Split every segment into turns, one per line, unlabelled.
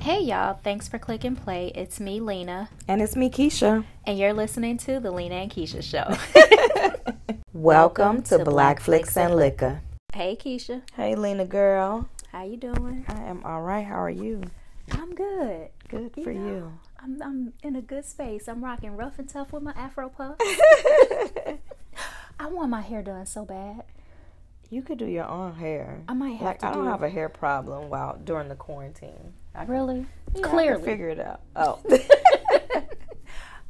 Hey y'all, thanks for click and play. It's me, Lena,
And it's me, Keisha.
and you're listening to the Lena and Keisha show.
Welcome to Black Flicks and Liquor.
hey Keisha,
Hey, Lena girl.
how you doing?
I am all right. How are you?
I'm good.
Good
You
for
know,
you.
I'm I'm in a good space. I'm rocking rough and tough with my afro puff. I want my hair done so bad.
You could do your own hair.
I might have
like
to
I don't
do-
have a hair problem while during the quarantine. I can-
Really?
Yeah, I can
Clearly.
figure it out. Oh,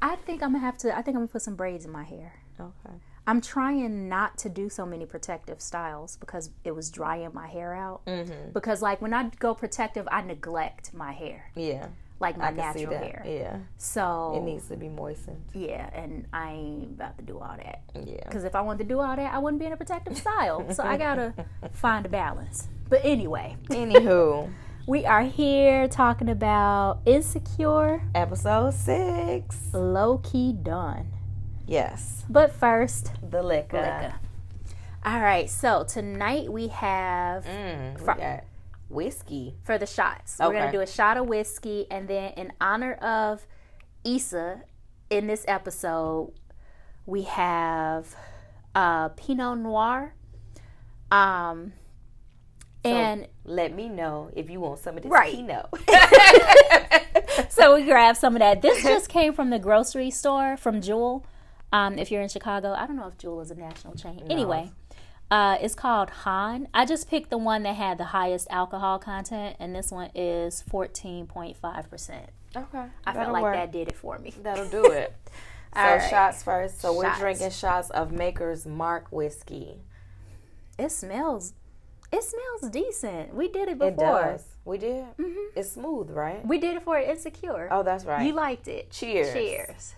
I think I'm gonna have to I think I'm gonna put some braids in my hair.
okay.
I'm trying not to do so many protective styles because it was drying my hair out.
Mhm.
Because like when I go protective, I neglect my hair,
Yeah,
like my
I can see
natural
that.
hair.
Yeah,
So
it needs to be moistened.
yeah, and I ain't about to do all that
Yeah.
because if I wanted to do all that, I wouldn't be in a protective style. so I gotta find a balance. But anyway,
Anywho,
we are here talking about insecure,
episode six.
low key done.
Yes,
But first,
the liquor.
liquor. All right, so tonight we have
Mm, we
Fro-
got whiskey.
for the shots. We're gonna
Okay.
do a shot of whiskey, and then in honor of Issa, in this episode, we have uh, Pinot Noir. Um, and
Let me know if you want some of this
Right.
Pinot.
so we grabbed some of that. This just came from the grocery store from Jewel. Um, if you're in Chicago, I don't know if Jewel is a national chain. Anyway, uh, it's called Han. I just picked the one that had the highest alcohol content, and this one is 14.5 percent.
Okay.
I felt like that did it for me.
That'll do it. so
All right.
shots first. So
Shots.
we're drinking shots of Maker's Mark whiskey.
It smells. It smells decent. We did it before.
It does. We did. It's smooth, right?
We did it for Insecure.
Oh, that's right.
You liked it.
Cheers.
Cheers.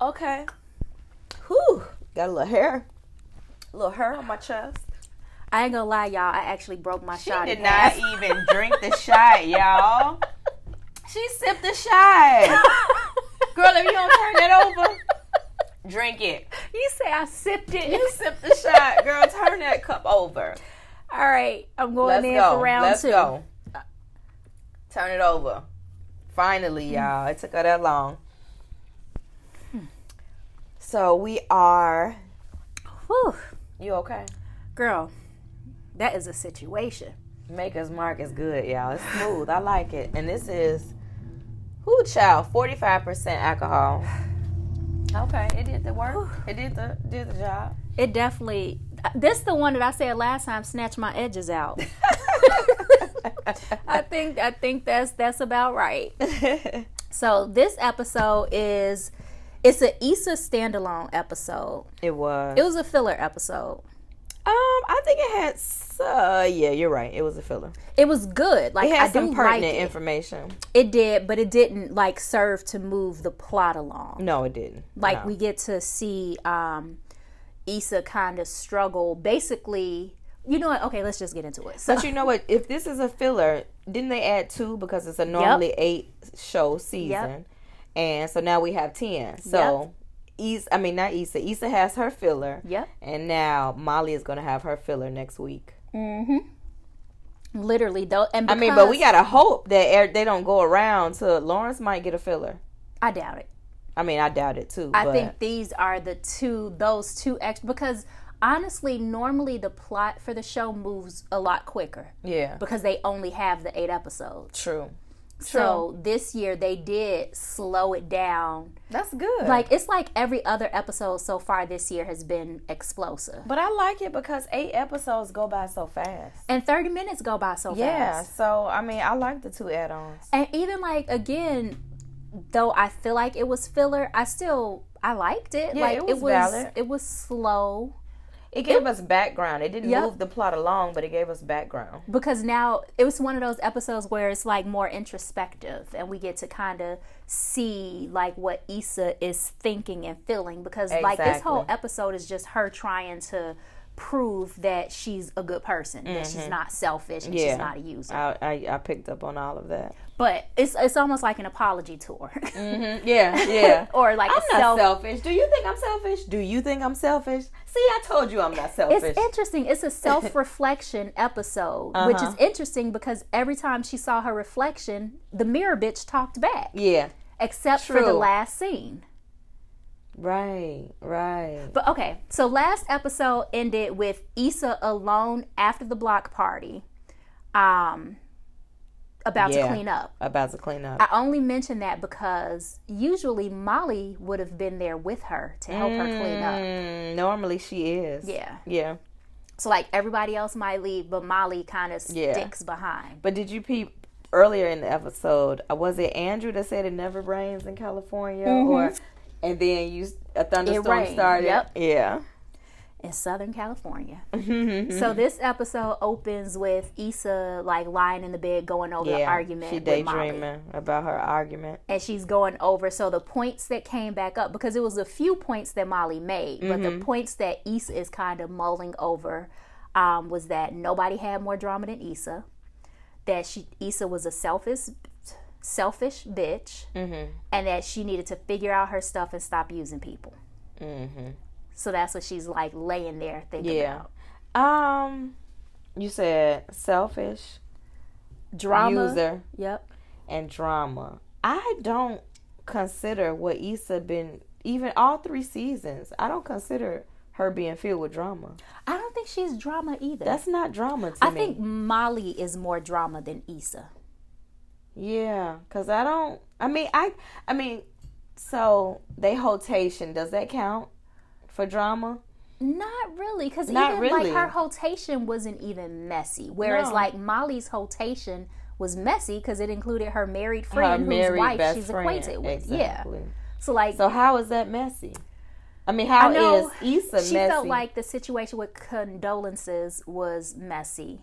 okay. Whew. Got a little hair. A little hair on my chest.
I ain't gonna lie, y'all. I actually broke my
She
shot.
did
in
not
half.
even drink the shot, y'all. She sipped the shot. Girl, if you don't turn that over, drink it.
you say I sipped it.
You sipped the shot. Girl, turn that cup over.
All right, I'm going
Let's
in
go.
for round
Let's
two.
go. Turn it over. Finally, y'all. It took her that long. So we are.
Whew.
You okay?
Girl, that is a situation.
Maker's Mark is good, y'all. It's smooth. I like it. And this is. Who child? Forty five percent alcohol. Okay, it did the work. It did the did the job.
It definitely. This the one that I said last time. Snatch my edges out. I think I think that's that's about right. So this episode is it's an Issa standalone episode.
it was.
It was a filler episode.
Um, I think it had. s- Uh, yeah, you're right. It was a filler.
It was good. Like
It had
I
some
do
pertinent
like it.
information.
It did, but it didn't like serve to move the plot along.
No, it didn't.
Like
No.
we get to see um Issa kind of struggle. Basically, you know what? Okay, let's just get into it. So
But you know what? If this is a filler, didn't they add two because it's a normally eight show season, and so now we have ten. So East, I mean not Issa. Issa has her filler.
Yep.
And now Molly is gonna have her filler next week.
literally though, and
I
because,
mean, but we gotta hope that er- they don't go around to Lawrence might get a filler.
I doubt it.
I mean, I doubt it too.
I
but
think these are the two, those two extra, because honestly, normally the plot for the show moves a lot quicker
yeah,
because they only have the eight episodes.
true.
So this year they did slow it down.
That's good.
Like it's like every other episode so far this year has been explosive,
but I like it because eight episodes go by so fast.
and thirty minutes go by so
Yeah.
fast.
So I mean, I like the two add-ons.
And even like again, though I feel like it was filler, I still I liked it. like
it was valid.
it was slow.
It gave us background. It didn't
Yep.
move the plot along, but it gave us background.
because now it was one of those episodes where it's like more introspective and we get to kind of see like what Issa is thinking and feeling because like this whole
Exactly.
episode is just her trying to prove that she's a good person, that she's not selfish, and
Mm-hmm. Yeah.
she's not a user.
I, I I picked up on all of that.
But it's it's almost like an apology tour,
Mm, Yeah, yeah.
or like
I'm
a
not
self.
selfish. Do you think I'm selfish? Do you think I'm selfish? See, I told you I'm not selfish. Uh-huh.
It's interesting. It's a self reflection episode, which is interesting because every time she saw her reflection, the mirror bitch talked back,
yeah.
except for the
True.
last scene.
Right, right.
But okay, so last episode ended with Issa alone after the block party, um, about to
Yeah.
clean up.
About to clean up.
I only mention that because usually Molly would have been there with her to help her clean up.
Mm, normally she is.
Yeah.
Yeah.
So like everybody else might leave, but Molly kind of
Yeah.
sticks behind.
But did you peep earlier in the episode? uh, Was it Andrew that said it never rains in California, or and then you s- a thunderstorm
rained,
started?
yep.
Yeah.
in Southern California.
Mm-hmm.
so this episode opens with Issa like lying in the bed going over the
Yeah.
argument
She
with Molly.
daydreaming about her argument.
And she's going over so the points that came back up because it was a few points that Molly made, but
Mm-hmm.
the points that Issa is kind of mulling over um, was that nobody had more drama than Issa, that she Issa was a selfish selfish bitch,
Mm-hmm.
and that she needed to figure out her stuff and stop using people. So that's what she's like laying there thinking
Mm-hmm. Yeah.
about.
Um, you said selfish,
drama.
user,
Yep.
and drama. I don't consider what Issa been even all three seasons. I don't consider her being filled with drama.
I don't think she's drama either.
That's not drama to
I
me.
think Molly is more drama than Issa.
Yeah, cause I don't. I mean, I. I mean, so they hotation. Does that count for drama?
Not really, because even
Not really.
like her hotation wasn't even messy. Whereas
No.
like Molly's hotation was messy because it included her married friend whose
Her married
wife
best
she's
friend.
acquainted with.
Exactly.
Yeah. So like
So how is that messy? I mean,
I
how
know
is Issa
she
messy?
felt like the situation with condolences was messy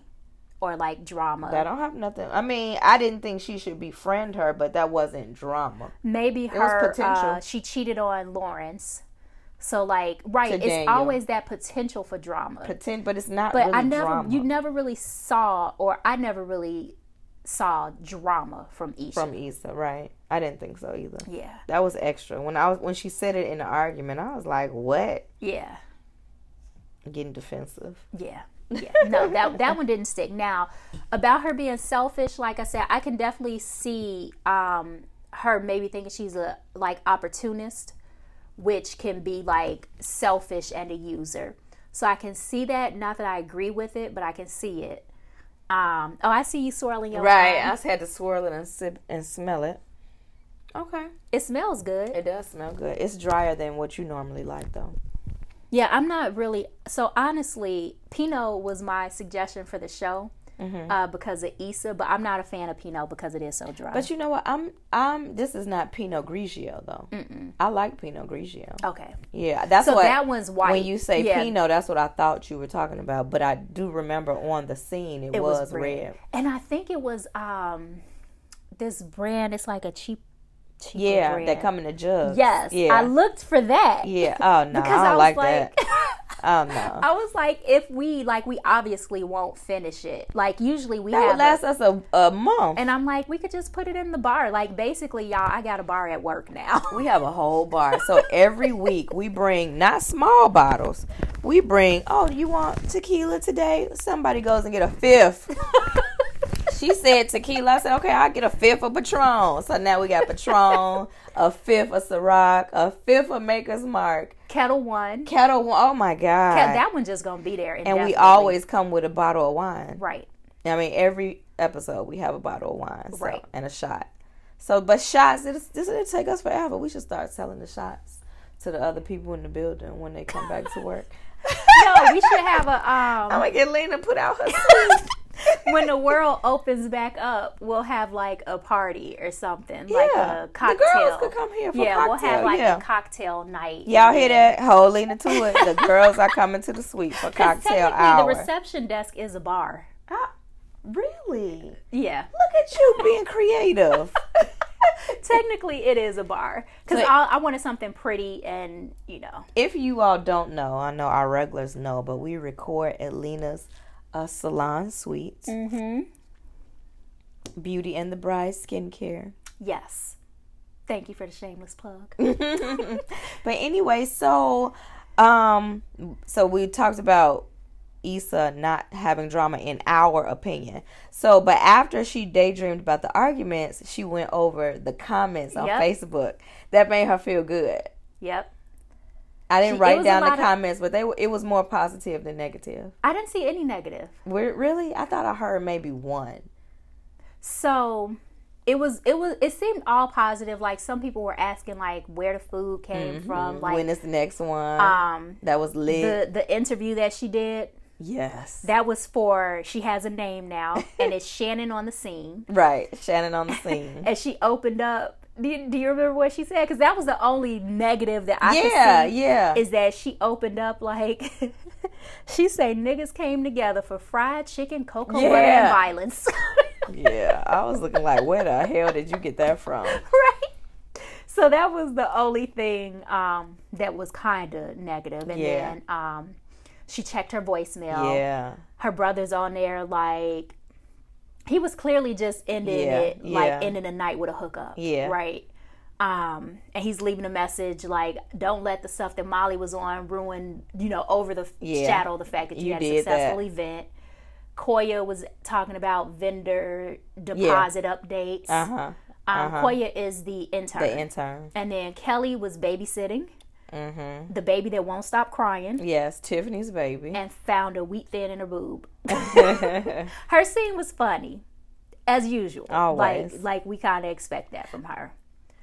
or like drama.
I don't have nothing. I mean, I didn't think she should befriend her, but that wasn't drama.
maybe
was
her
potential.
Uh, she cheated on Lawrence. So like right,
To
it's
Daniel.
always that potential for drama.
Pretend, but it's not
but
really
I never
drama
you never really saw or I never really saw drama from Isha.
from Issa, right? I didn't think so either.
yeah.
That was extra. When I was when she said it in the argument, I was like, "What?"
Yeah.
Getting defensive.
Yeah. Yeah. No, that that one didn't stick. Now, about her being selfish, like I said, I can definitely see um her maybe thinking she's a like opportunist, which can be like selfish and a user. So I can see that. Not that I agree with it, but I can see it. Um oh I see you swirling your
Right. I
wine.
just had to swirl it and sip and smell it. Okay.
It smells good.
It does smell good. It's drier than what you normally like, though.
Yeah, I'm not really. So honestly, Pinot was my suggestion for the show
Mm-hmm.
uh, because of Issa, but I'm not a fan of Pinot because it is so dry.
But you know what? I'm I'm. This is not Pinot Grigio though. I like Pinot Grigio.
okay,
Yeah, that's
so
what.
that one's white.
when you say
Yeah,
Pinot, that's what I thought you were talking about. But I do remember on the scene it,
it
was, red.
and I think it was um this brand. It's like a cheap, cheap
Yeah,
brand.
that come in a jug.
yes,
Yeah.
I looked for that.
yeah. Oh no,
because
I
I,
don't
was
like,
like.
that. Oh no.
I was like, if we like, we obviously won't finish it. Like usually we
That
have
would
a-
last us a, a month.
and I'm like, we could just put it in the bar. Like basically, y'all, I got a bar at work now.
We have a whole bar. So every week we bring not small bottles. We bring, oh, you want tequila today? Somebody goes and get a fifth. She said tequila. I said, okay, I'll get a fifth of Patron. So now we got Patron, a fifth of Ciroc, a fifth of Maker's Mark,
Kettle One.
Kettle One. Oh my God.
Yeah, that one just gonna be there.
and we
indefinitely.
always come with a bottle of wine.
right.
I mean, every episode we have a bottle of wine so-
Right.
and a shot. So, but shots, it's, this will take us forever. We should start selling the shots to the other people in the building when they come back to work.
No, we should have a um.
I'm gonna get Lena to put out her sleeve.
when the world opens back up, we'll have like a party or something, like
Yeah,
a cocktail.
the girls could come here for
yeah,
cocktail.
we'll have like
yeah.
a cocktail night.
Y'all hear that? Hold Lena to it. The girls are coming to the suite for
'Cause
cocktail
technically,
hour.
the reception desk is a bar.
Ah, Really?
Yeah.
Look at you being creative.
Technically, it is a bar because
So-
I, I wanted something pretty and you know.
if you all don't know, I know our regulars know, but we record at Lena's uh, salon suite,
Mm-hmm.
Beauty and the Bride Skincare.
Yes. Thank you for the shameless plug.
But anyway, so um so we talked about Issa not having drama in our opinion. So but after she daydreamed about the arguments, she went over the comments on
Yep.
Facebook. That made her feel good.
yep.
I didn't
She- it
write
was a
down the
lot of-
comments, but they were, it was more positive than negative.
I didn't see any negative.
We're, really? I thought I heard maybe one.
So it was it was it seemed all positive. Like some people were asking like where the food came from, like
Mm-hmm. when is the next one?
um
that was lit.
the the interview that she did.
yes.
That was for she has a name now, and it's Shannon on the scene.
right. Shannon on the scene.
And she opened up. Do you, do you remember what she said? Because that was the only negative that I
yeah,
could see.
yeah.
Is that she opened up like she say niggas came together for fried chicken, cocoa butter, and
Yeah.
violence.
yeah. I was looking like, where the hell did you get that from?
right? So that was the only thing um, that was kind of negative. And
Yeah.
then um, she checked her voicemail.
Yeah.
Her brother's on there, like, he was clearly just ending
Yeah,
it, like,
yeah.
ending the night with a hookup.
Yeah.
Right? Um, and he's leaving a message like, "Don't let the stuff that Molly was on ruin, you know, over the
Yeah.
shadow the fact that you,
You
had a
did that.
successful event." Koya was talking about vendor deposit updates.
Uh huh.
Um, Koya is the intern.
The intern.
and then Kelly was babysitting
Mm-hmm.
the baby that won't stop crying
Yes, Tiffany's baby.
and found a wheat thin in her boob. her scene was funny, as usual.
Always.
Like, like we kind of expect that from her.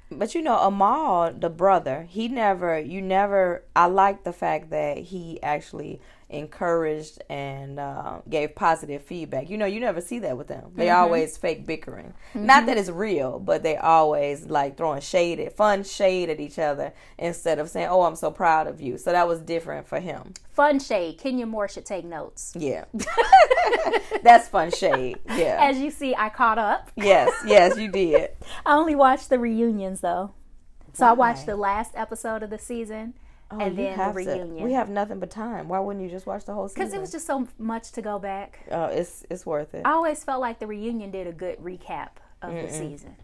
But you know, Amal, the brother, he never, you never, I like the fact that he actually encouraged and uh, gave positive feedback. You know, you never see that with them. They
Mm-hmm.
always fake bickering. Not that it's real, but they always like throwing shade at, fun shade at each other instead of saying, oh, I'm so proud of you. So that was different for him.
Fun shade. Kenya Moore should take notes.
Yeah. That's fun shade. Yeah.
As you see, I caught up.
Yes, yes, you did.
I only watched the reunions though, so I watched the last episode of the season and
Oh, You
then the
have to- We
reunion
have nothing but time. Why wouldn't you just watch the whole season?
because it was just so much to go back.
Oh, it's it's worth it.
I always felt like the reunion did a good recap of the season.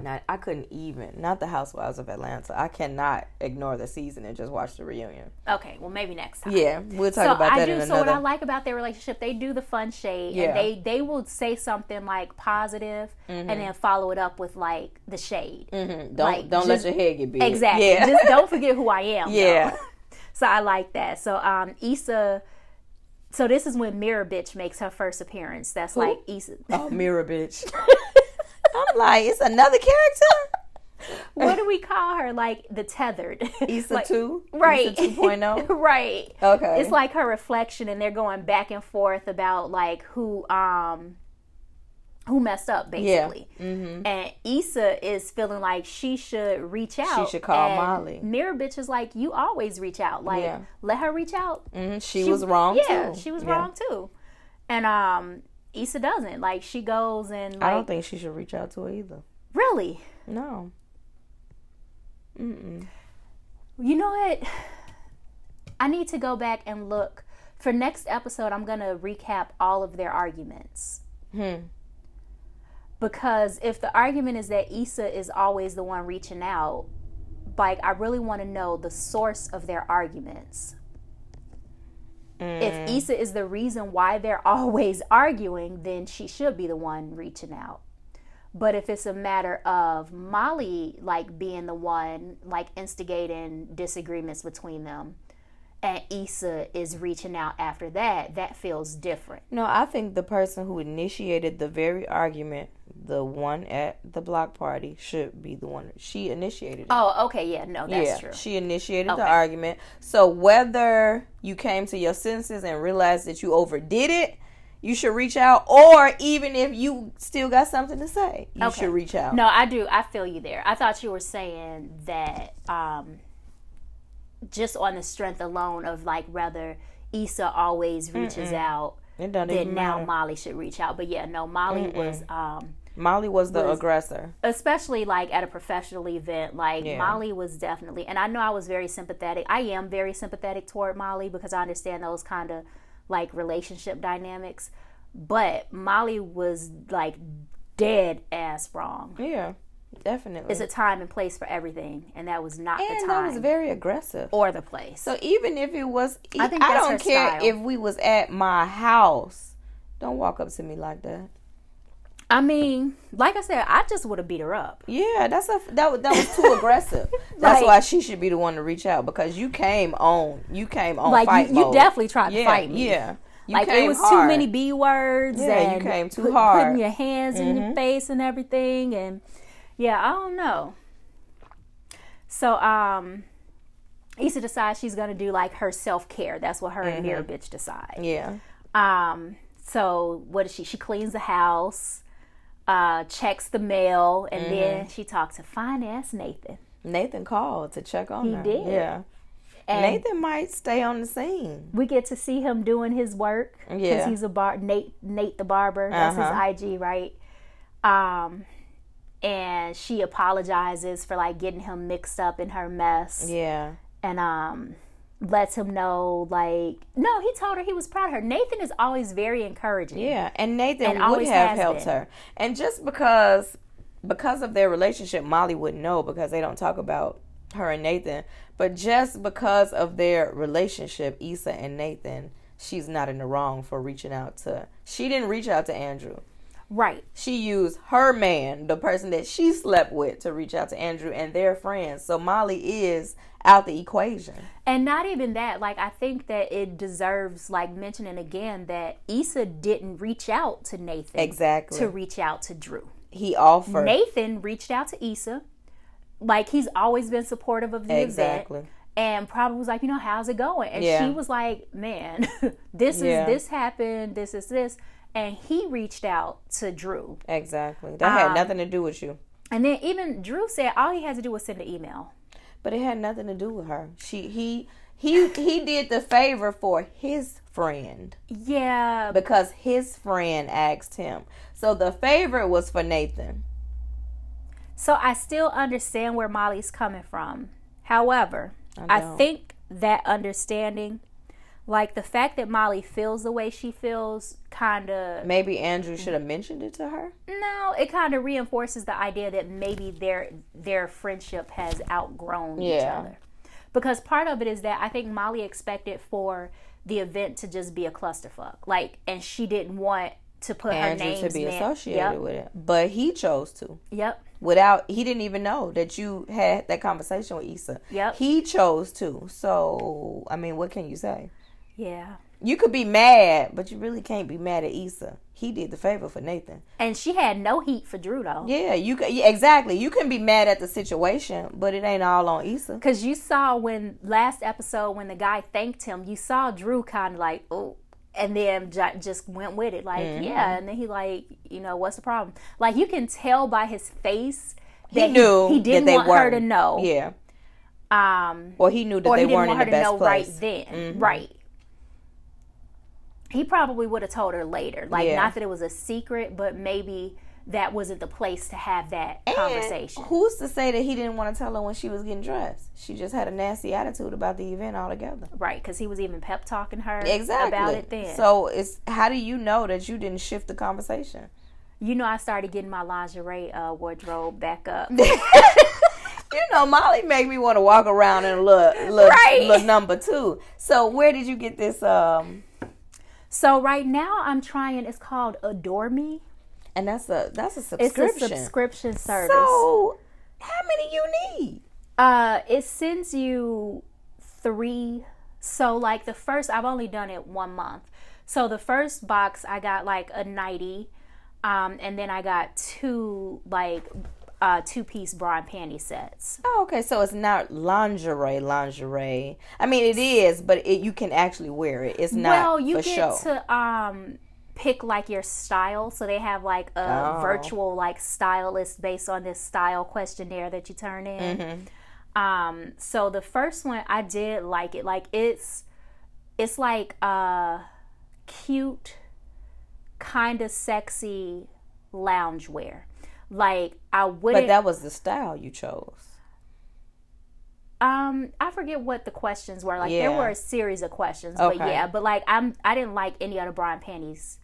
Not, I couldn't even. Not the Housewives of Atlanta. I cannot ignore the season and just watch the reunion.
Okay, well maybe next time.
Yeah, we'll talk
So
about
I
that
do.
in
So what
another.
I like about their relationship, they do the fun shade, and
Yeah.
they they will say something like positive and then follow it up with like the shade.
Mm-hmm. don't
like,
don't
just-
let your head get big.
Exactly.
Yeah.
Just don't forget who I am. though.
yeah.
So I like that. So um, Issa. So this is when Mirror Bitch makes her first appearance. That's like Issa.
Oh, mirror bitch. I'm like, it's another character.
what do we call her? Like the tethered.
Issa
Like-
two.
Right.
Issa 2.0.
right.
Okay.
It's like her reflection and they're going back and forth about like who um who messed up basically. Mm-hmm. And Issa is feeling like she should reach out.
should call
and
Molly.
Mirror bitch is like, you always reach out. Like
Yeah.
let her reach out.
Mhm, she, was wrong
yeah,
too.
she was
Yeah.
wrong too. And um Issa doesn't. Like she goes and
I
like
don't think she should reach out to her either.
really
No.
You know what? I need to go back and look. For next episode, I'm going to recap all of their arguments.
Hmm.
Because if the argument is that Issa is always the one reaching out, like, I really want to know the source of their arguments. If Issa is the reason why they're always arguing, then she should be the one reaching out. But if it's a matter of Molly like being the one like instigating disagreements between them and Issa is reaching out after that, that feels different.
No, I think the person who initiated the very argument, the one at the block party, should be the one. She initiated it.
Oh, okay, yeah, no, that's
yeah,
true.
she initiated the
Okay.
argument. So whether you came to your senses and realized that you overdid it, you should reach out. Or even if you still got something to say, you
Okay.
should reach out.
No, I do. I feel you there. I thought you were saying that um just on the strength alone of like whether Issa always reaches out,
It doesn't
then
even
now
matter.
Molly should reach out. But yeah, no, Molly was um
Molly was the
was-
aggressor.
especially like at a professional event like
Yeah.
molly was definitely and i know i was very sympathetic i am very sympathetic toward molly because i understand those kind of like relationship dynamics but molly was like dead ass wrong
Yeah, definitely.
it's a time and place for everything and that was not the
and that
time
was very aggressive.
or the place
So even if it was, I,
I think that's her
don't care
style.
if we was at my house. Don't walk up to me like that.
i mean like i said i just would have beat her up
Yeah, that's a that was, that was too aggressive. That's
Like-
why she should be the one to reach out because you came on, you came on
like
fight
you, you
mode.
definitely tried
yeah,
to fight me
Yeah, you
like it
came
was too
hard.
many b words
Yeah, you
and
came too
put-
hard. Mm-hmm.
putting your hands in your face and everything and yeah i don't know so um Issa decides she's gonna do like her self care. That's what her
Mm-hmm.
and Mirror Bitch decide.
Yeah,
Um, so what does she? She cleans the house, uh, checks the mail, and
Mm-hmm.
then she talks to fine ass Nathan.
Nathan called to check on
He
her.
did.
Yeah,
And
Nathan might stay on the scene.
we get to see him doing his work because
Yeah. Uh-huh.
he's a bar Nate Nate the barber. That's his IG, right? Um, and she apologizes for like getting him mixed up in her mess,
Yeah,
and um, lets him know like no, he told her he was proud of her. Nathan is always very encouraging.
yeah, and Nathan
And
would
always
have
has
helped
been.
her, and just because because of their relationship, Molly wouldn't know because they don't talk about her and Nathan. But just because of their relationship, Issa and Nathan, she's not in the wrong for reaching out to. She didn't reach out to Andrew.
Right.
She used her man, the person that she slept with, to reach out to Andrew and their friends. So Molly is out the equation.
And not even that, like I think that it deserves like mentioning again that Issa didn't reach out to Nathan
Exactly.
to reach out to Drew.
he offered.
Nathan reached out to Issa. Like he's always been supportive of the
exactly.
event. And probably was like, you know, how's it going? And
Yeah.
she was like, Man, this
Yeah.
is this happened, this is this. And he reached out to Drew.
Exactly. That
Um,
had nothing to do with you.
And then even Drew said all he had to do was send an email.
But it had nothing to do with her. She he he he did the favor for his friend
Yeah.
because his friend asked him. So the favor was for Nathan.
So I still understand where Molly's coming from. However,
I
I,
don't.
think that understanding, like the fact that Molly feels the way she feels, kind of
Maybe Andrew should have mentioned it to her.
No, it kind of reinforces the idea that maybe their their friendship has outgrown each
Yeah.
other. Because part of it is that I think Molly expected for the event to just be a clusterfuck, like, and she didn't want to put her
Andrew
name
to be associated
Yep,
with it. But he chose to.
yep.
Without he didn't even know that you had that conversation with Issa.
Yep.
He chose to. So I mean, what can you say?
Yeah.
You could be mad, but you really can't be mad at Issa. He did the favor for Nathan.
And she had no heat for Drew though.
Yeah, you ca- yeah, exactly. You can be mad at the situation, but it ain't all on Issa.
Cause you saw when last episode when the guy thanked him, you saw Drew kind of like oh, and then ju- just went with it like
Mm-hmm.
yeah, and then he like you know what's the problem? Like you can tell by his face that
He knew
he, didn't
that they
want her
weren't.
to know.
Yeah,
Um,
or he knew that
or
they
he didn't
weren't
want
in
her to
the best
know right
place. Mm-hmm.
then, right? He probably would have told her later. Like
Yeah.
not that it was a secret, but maybe that wasn't the place to have that conversation.
And who's to say that he didn't want to tell her when she was getting dressed? She just had a nasty attitude about the event altogether.
Right, because he was even pep talking her
Exactly.
about it then.
So it's how do you know that you didn't shift the conversation?
You know, I started getting my lingerie uh, wardrobe back up.
You know, Molly make me want to walk around in a little, little,
Right.
little number two. So where did you get this? Um,
so right now, I'm trying. It's called Adore Me.
and that's a that's a
It's
subscription.
a subscription service.
So how many you need?
uh, it sends you three. So like the first, I've only done it one month. So the first box, I got like a nighty, um, and then I got two like uh, two piece bra and panty sets.
Oh, okay, so it's not lingerie, lingerie. I mean, it is, but it, you can actually wear it. It's not
well you
for
get
show.
to um pick like your style so they have like a
Oh.
virtual like stylist based on this style questionnaire that you turn
Mm-hmm.
in um so the first one i did like it like it's It's like uh cute, kind of sexy loungewear. Like I
But
wouldn't
that was the style you chose.
um I forget what the questions were. Like there
Yeah.
were a series of questions, but
Okay.
yeah, but like I'm I didn't like any of the bra and panties.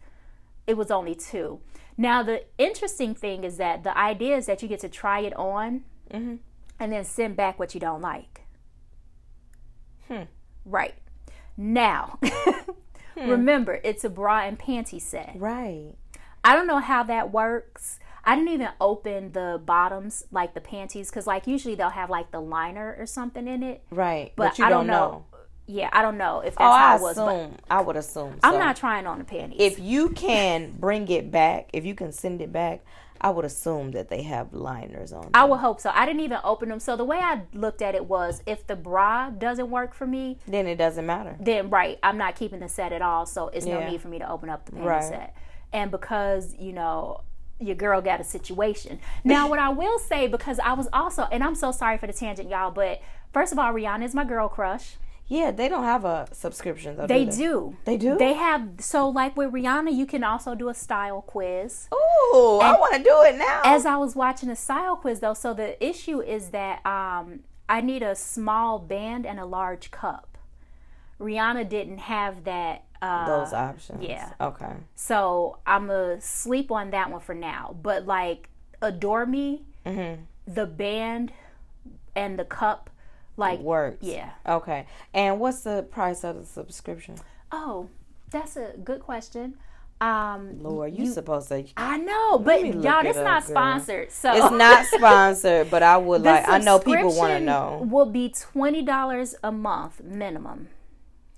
It was only two. Now the interesting thing is that the idea is that you get to try it on
Mm-hmm.
and then send back what you don't like. Hmm. Right. Now
Hmm.
remember it's a bra and panty set.
Right.
I don't know how that works. I didn't even open the bottoms, like the panties, because like usually they'll have like the liner or something in it.
Right.
But,
But, you
I
don't
don't
know.
know. Yeah, I don't know if that's
Oh,
how
I
it was. But
assume. I would assume.
I'm
so.
not trying on the panties.
If you can bring it back, if you can send it back, I would assume that they have liners on.
I
them.
would hope so. I didn't even open them. So the way I looked at it was, if the bra doesn't work for me,
then it doesn't matter.
then right, I'm not keeping the set at all. So it's
Yeah.
no need for me to open up the panty
Right.
set. And because you know your girl got a situation. Now, what I will say because I was also, and I'm so sorry for the tangent, y'all. But first of all, Rihanna is my girl crush.
Yeah, they don't have a subscription. Though,
They
do. They,
do.
They do?
They have so like with Rihanna, you can also do a style quiz.
Ooh, I want to do it now.
as I was watching a style quiz though, so the issue is that um, I need a small band and a large cup. Rihanna didn't have that, uh,
Those options.
yeah.
Okay.
so I'm gonna sleep on that one for now. But like, adore me,
Mm-hmm.
the band and the cup, like
Works.
yeah.
Okay. And what's the price of the subscription?
Oh, that's a good question. Um,
Lord, you, supposed to.
I know, but
me look
y'all,
it
it's
up,
not
girl.
sponsored. So
It's not sponsored, but I would
The
like. I know people want to
subscription
know.
Will be twenty dollars a month minimum.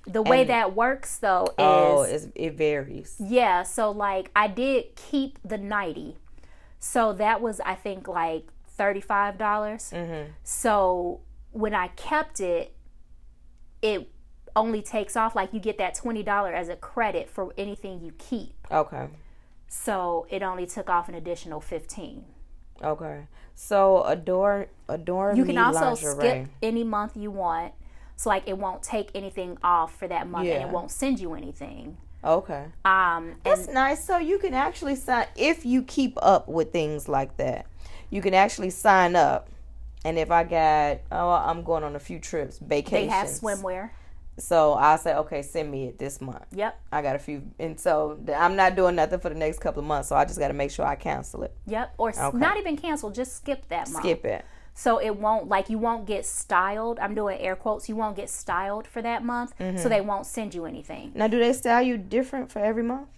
The way that works though is
Oh, it's, it varies.
yeah. So like I did keep the ninety, so that was I think like thirty five dollars.
Mm-hmm.
So when I kept it, it only takes off like you get that twenty dollar as a credit for anything you keep.
Okay.
So it only took off an additional fifteen.
Okay. So adore adore
You can
me
also
lingerie.
skip any month you want. So like it won't take anything off for that month and
Yeah.
it won't send you anything.
Okay.
Um and
That's nice. So you can actually sign if you keep up with things like that. You can actually sign up. And if I got oh I'm going on a few trips,
they
vacations.
have swimwear.
So I say okay, send me it this month.
Yep.
I got a few, and so th- I'm not doing nothing for the next couple of months. So I just got to make sure I cancel it,
Yep. Or s not even cancel, just skip that month.
skip it.
So it won't like you won't get styled. I'm doing air quotes. You won't get styled for that month. So
Mm-hmm.
they won't send you anything.
Now, do they style you different for every month?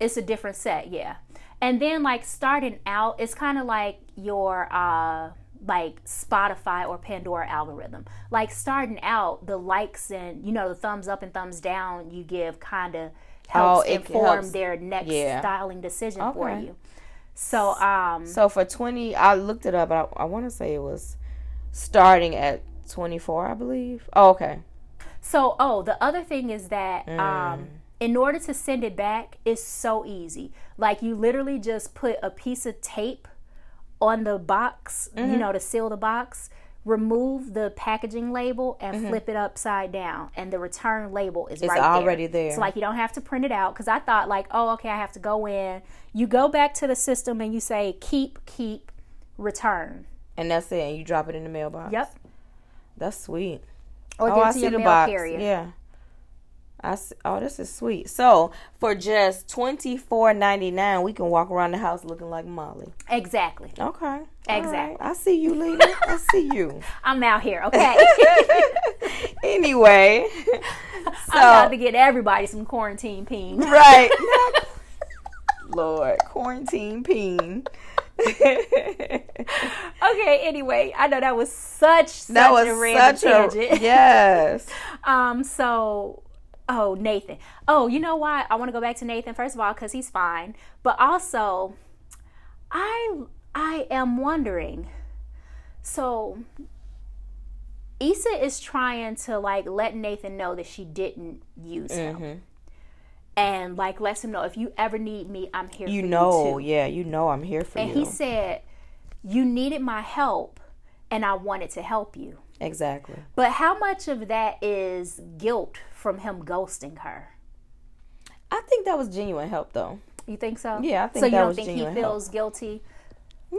It's a different set, yeah. And then like starting out, it's kind of like your uh like Spotify or Pandora algorithm. Like starting out, the likes and you know the thumbs up and thumbs down you give kind of helps
it
inform
helps.
their next
Yeah.
styling decision for
Okay.
you. So um
So for 20, I looked it up. I, I want to say it was starting at 24, I believe. Oh, okay.
So, oh, the other thing is that
Mm.
um, in order to send it back, it's so easy. Like you literally just put a piece of tape on the box,
Mm-hmm.
you know, to seal the box. Remove the packaging label and
Mm-hmm.
flip it upside down, and the return label is right
already there.
So like you don't have to print it out because I thought like, oh, okay, I have to go in. You go back to the system and you say keep, keep, return.
And that's it. And you drop it in the mailbox.
Yep.
That's sweet.
Or
Oh, I
get to
see
your
the
mail
box.
carrier.
Yeah. I see. Oh, this is sweet. So for just twenty four ninety nine, we can walk around the house looking like Molly.
Exactly.
Okay. All right.
Exactly.
I see you, Lena. I see you.
I'm out here. Okay.
Anyway.
I'm about
So
to get everybody some quarantine peen.
right. Lord, quarantine peen.
okay, anyway, I know that was such such
that
a
was
random
such a
tangent.
yes.
Um, so oh Nathan. Oh, you know why? I want to go back to Nathan first of all because he's fine, but also I I am wondering. So Issa is trying to like let Nathan know that she didn't use
Mm-hmm.
him. And like lets him know if you ever need me, I'm here
You
for you
know,
too.
yeah, you know I'm here for
And
you.
he said, You needed my help and I wanted to help you.
exactly.
But how much of that is guilt from him ghosting her.
I think that was genuine help, though.
You think so?
Yeah, I think
so. You
that
don't
was
think he
genuine
feels guilty?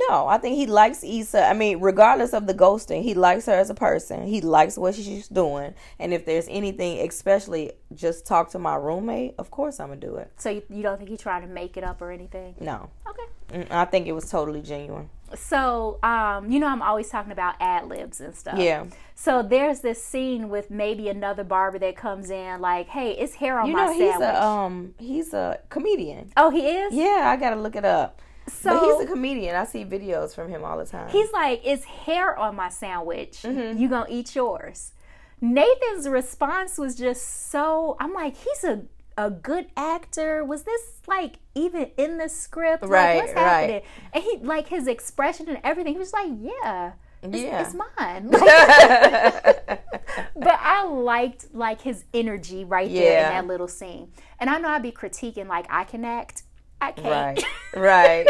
No, I think he likes Issa. I mean, regardless of the ghosting, he likes her as a person. He likes what she's doing. And if there's anything, especially just talk to my roommate, of course I'm going to do it.
So you, you don't think he tried to make it up or anything?
No.
Okay.
Mm, I think it was totally genuine.
So um, you know, I'm always talking about ad libs and stuff.
Yeah.
So there's this scene with maybe another barber that comes in, like, "Hey, it's hair on
You
my
know, he's
sandwich."
a, um, he's a comedian.
oh, he is.
Yeah, I got to look it up.
so
but he's a comedian. I see videos from him all the time.
He's like, "It's hair on my sandwich.
Mm-hmm.
You gonna eat yours?" Nathan's response was just so. I'm like, he's a a good actor. Was this like even in the script? Like,
Right,
what's
right.
happening? And he like his expression and everything. He was like, "Yeah, it's,
Yeah.
it's mine." Like- but I liked like his energy right there in
Yeah.
that little scene. And I know I'd be critiquing like I can act. I can't.
right. right.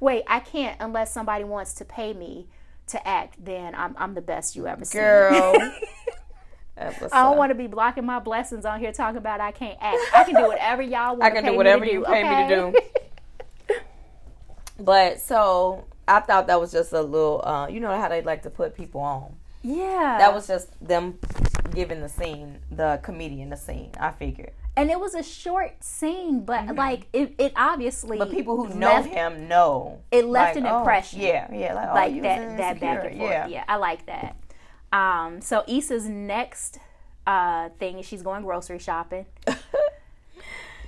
Wait, I can't unless somebody wants to pay me to act. Then I'm I'm the best you ever seen.
Girl. That was
I don't
so-
want to be blocking my blessings on here talking about I can't act. I can do whatever y'all want.
I can do whatever you pay me to do. But so I thought that was just a little, uh, you know how they like to put people on.
yeah,
That was just them giving the scene, the comedian the scene. I figured,
and it was a short scene, but like it, it obviously.
Mm-hmm. but people who know
left,
him know
it left
Like,
an
oh,
impression.
Yeah, yeah, like, oh,
like
you was
that
in
that back
Insecure,
and forth. Yeah.
yeah.
I like that. Um, so Issa's next uh thing is she's going grocery shopping,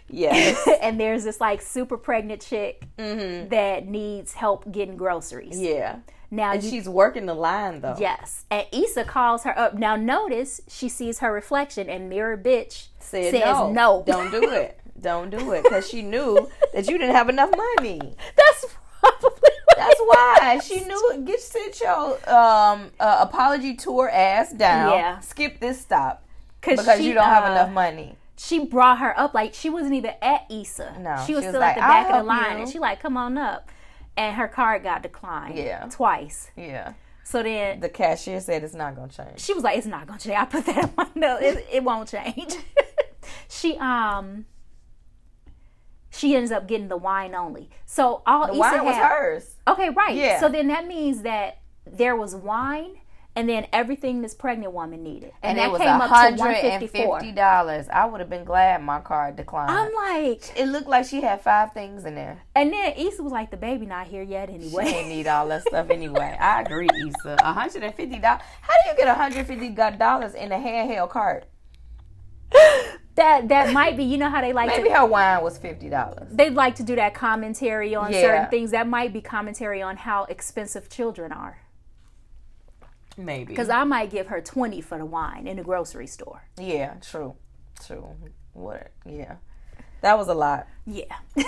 Yes.
and there's this like super pregnant chick that needs help getting groceries.
Mm-hmm. yeah.
Now
And
you,
she's working the line though.
yes, and Issa calls her up. Now notice she sees her reflection, and mirror bitch
Said
says
no,
no.
don't do it, don't do it, because she knew that you didn't have enough money.
That's probably what
That's
it
why
was.
she knew. it. Get sit your um uh, apology tour ass down.
Yeah.
Skip this stop because
she,
you don't have
uh,
enough money.
she brought her up like she wasn't even at Issa.
No,
she was
she was
still at
like,
the
"I'll
back of the
help
line,
you.
and she like, "Come on up," and her card got declined.
Yeah.
twice.
Yeah.
So then
The cashier said it's not gonna change.
she was like, "It's not gonna change." I put that on my note. It, it won't change. she um. She ends up getting the wine only. So all Issa
Why was
had,
hers?
Okay, right.
Yeah.
So then that means that there was wine and then everything this pregnant woman needed. And, that came up to 154.
dollars. I would have been glad my card declined.
I'm like,
it looked like she had five things in there.
and then Issa was like, the baby not here yet anyway.
She didn't need all that stuff anyway. I agree, Issa. One hundred and fifty dollars. How do you get one hundred fifty dollars in a handheld card?
that that might be, you know how they like
Maybe
to
her wine was fifty dollars.
they like to do that commentary on
Yeah.
certain things. That might be commentary on how expensive children are.
Maybe
Because I might give her twenty for the wine in the grocery store.
Yeah, true. True. What? Yeah. That was a lot.
Yeah.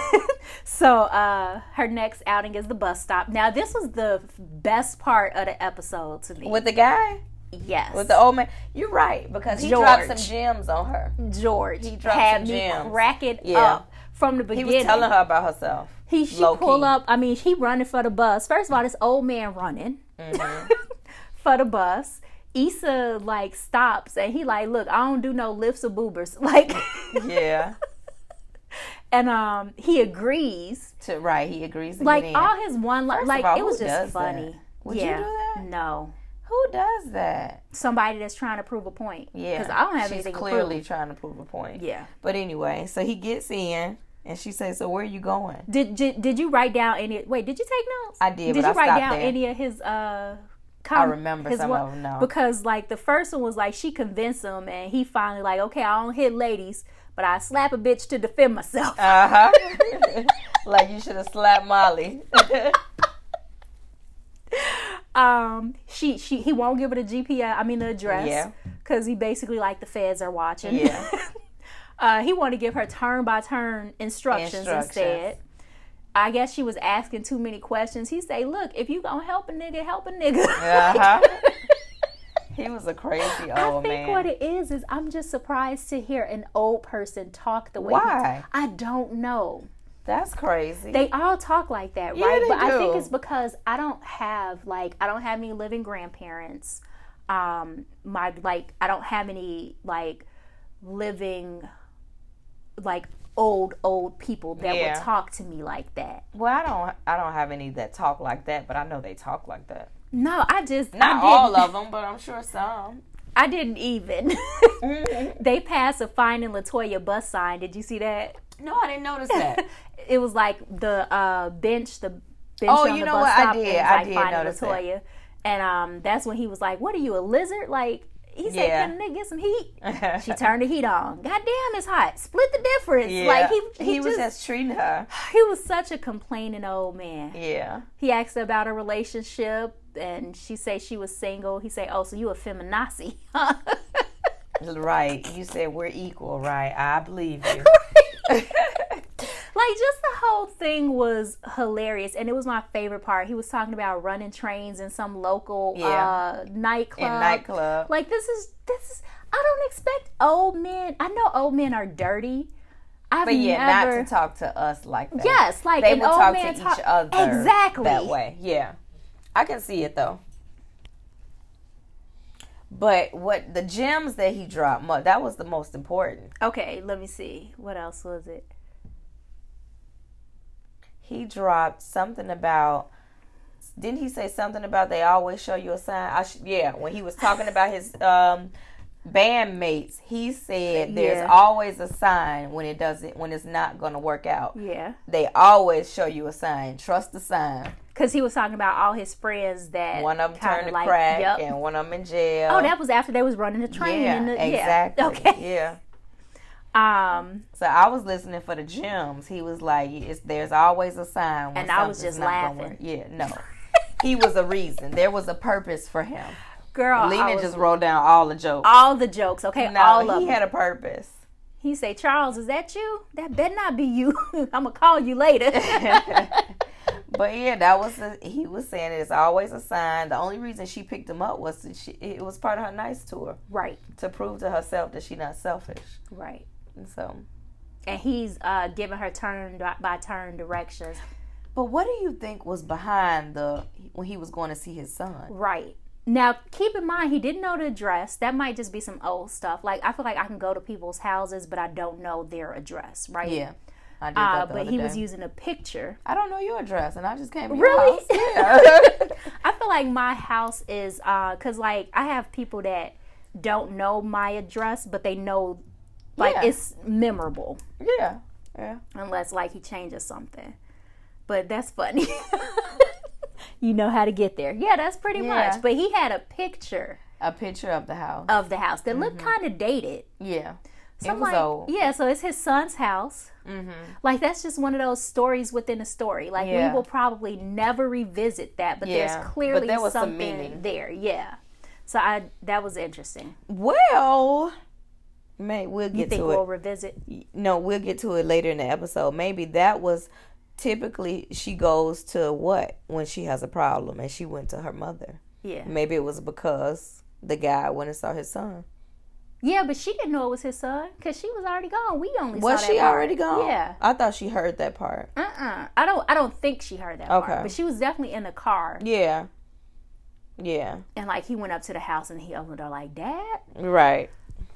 so uh her next outing is the bus stop. Now this was the best part of the episode to me.
With the guy?
Yes.
With the old man? You're right, because he dropped some
George.
gems on her.
George
dropped
had
some
me
gems.
crack it
Yeah.
up from the
He
beginning.
was telling her about herself.
He she
low
pull
key.
up. I mean, he running for the bus. First of all, this old man running
Mm-hmm.
for the bus. Issa like stops and he like, look, I don't do no lifts or boobers. Like,
Yeah.
and um, he agrees.
To, right, he agrees to
Like
get in.
all his one, li-
of
like
all,
it
who
was just
does
funny.
that? Would you do that?
No,
Who does that?
somebody that's trying to prove a point.
Yeah.
because I don't have
She's
anything
clearly
To
trying to prove a point.
prove. Yeah.
But anyway, so he gets in and she says, So where are you going?
Did, did did you write down any? Wait, did you take notes?
I did,
Did
but
you
I
write
stopped
down
there.
any of his uh? com-
I remember
his
some
one-
of them now.
because like the first one was like she convinced him, and he finally like okay, I don't hit ladies, but I slap a bitch to defend myself.
Uh huh. like you should have slapped Molly.
um, she she he won't give her the GPS. I mean the address.
Yeah.
Because he basically like the feds are watching.
Yeah.
uh, he wanted to give her turn by turn instructions,
Instructions.
instead. I guess she was asking too many questions. He say, "Look, if you gonna help a nigga, help a nigga."
Uh-huh. he was a crazy
I
old
think
man.
what it is is I'm just surprised to hear an old person talk the way. he
Why?
t- I don't know.
That's crazy.
They all talk like that, right?
they
but I think
do.
it's because I don't have like I don't have any living grandparents. um my like I don't have any like living like old old people that
Yeah.
would talk to me like that.
Well, I don't. I don't have any that talk like that, but I know they talk like that.
No, I just I
Not
didn't,
all of them, but I'm sure some.
I didn't even.
Mm-hmm.
they passed a finding Latoya bus sign. Did you see that?
No, I didn't notice that.
It was like the uh, bench, the bench
Oh,
on
you
the
know
bus
what? I
stop, and
did.
it was,
I
like,
did
finding
notice that.
Latoya. And um, that's when he was like, "What are you, a lizard?" Like he said,
Yeah.
"Can they get some heat?" She turned the heat on. God damn, it's hot. Split the difference.
yeah.
Like he, he,
was
just,
just treating her.
he was such a complaining old man.
Yeah.
He asked her about her relationship, and she say she was single. He say, "Oh, so you a feminazi?" huh?"
Right. You said we're equal, right? I believe you.
like just the whole thing was hilarious and it was my favorite part he was talking about running trains in some local
Yeah.
uh, nightclub
In nightclub.
like this is this is i don't expect old men i know old men are dirty i've
But yeah,
never
not to talk to us like that.
yes like
They
an
would
old
talk to
man
each
talk-
other
exactly
that way. Yeah. I can see it though. But what the gems that he dropped, mo- that was the most important.
okay let me see what else was it
He dropped something about. Didn't he say something about they always show you a sign? I sh- yeah, when he was talking about his um, bandmates, he said there's
Yeah.
always a sign when it doesn't when it's not going to work out.
yeah
They always show you a sign. Trust the sign.
because he was talking about all his friends that
One of them
kinda
turned to
like,
crack,
yep.
and one of them in jail.
oh that was after they was running the train
yeah,
in the,
exactly.
yeah okay
Yeah.
um
So I was listening for the gems. He was like, it's, "There's always a sign." When
And I was
something's
just
not gonna
laughing.
work. Yeah, no. he was a reason. There was a purpose for him.
girl I
Lena
was
just rolled down all the jokes.
all the jokes, okay?
no,
all of
he
them.
had a purpose.
he say, Charles, is that you? That better not be you. I'm gonna call you later.
But yeah, that was the, he was saying it's always a sign. The only reason she picked him up was that she, it was part of her nice tour
right,
to prove to herself that she not selfish.
right.
And so,
And he's uh, giving her turn by turn directions.
but what do you think was behind the when he was going to see his son?
Right. Now, keep in mind, he didn't know the address. That might just be some old stuff. Like, I feel like I can go to people's houses, but I don't know their address, right?
Yeah, I did
Uh,
that the
but
other
he
day.
was using a picture.
I don't know your address, and I just came. To
Really?
Your house. Yeah.
I feel like my house is, uh, cause like I have people that don't know my address, but they know, like
Yeah.
it's memorable.
yeah. Yeah.
unless like he changes something. But that's funny. you know how to get there. Yeah, that's pretty
Yeah.
much. But he had a picture
A picture of the house.
of the house that looked
Mm-hmm.
kind of dated.
yeah.
So
it
I'm
was
like,
old. Mm-hmm.
yeah, so it's his son's house. Like that's just one of those stories within a story. Like
Yeah.
we will probably never revisit that, but
Yeah,
there's
but
clearly
there was some
something
meaning.
there. Yeah. So I that was interesting.
Well, may we'll
You
get
think
to
we'll
it.
revisit?
No, we'll get to it later in the episode. Maybe that was typically she goes to what when she has a problem, and she went to her mother.
Yeah.
Maybe it was because the guy went and saw his son.
Yeah, but she didn't know it was his son because she was already gone. We only
Was
saw that
she
part.
already gone?
Yeah.
I thought she heard that part.
Uh-uh. I don't. I don't think she heard that
Okay.
part. But she was definitely in the car,
Yeah. Yeah.
and like he went up to the house and he opened her like Dad.
Right.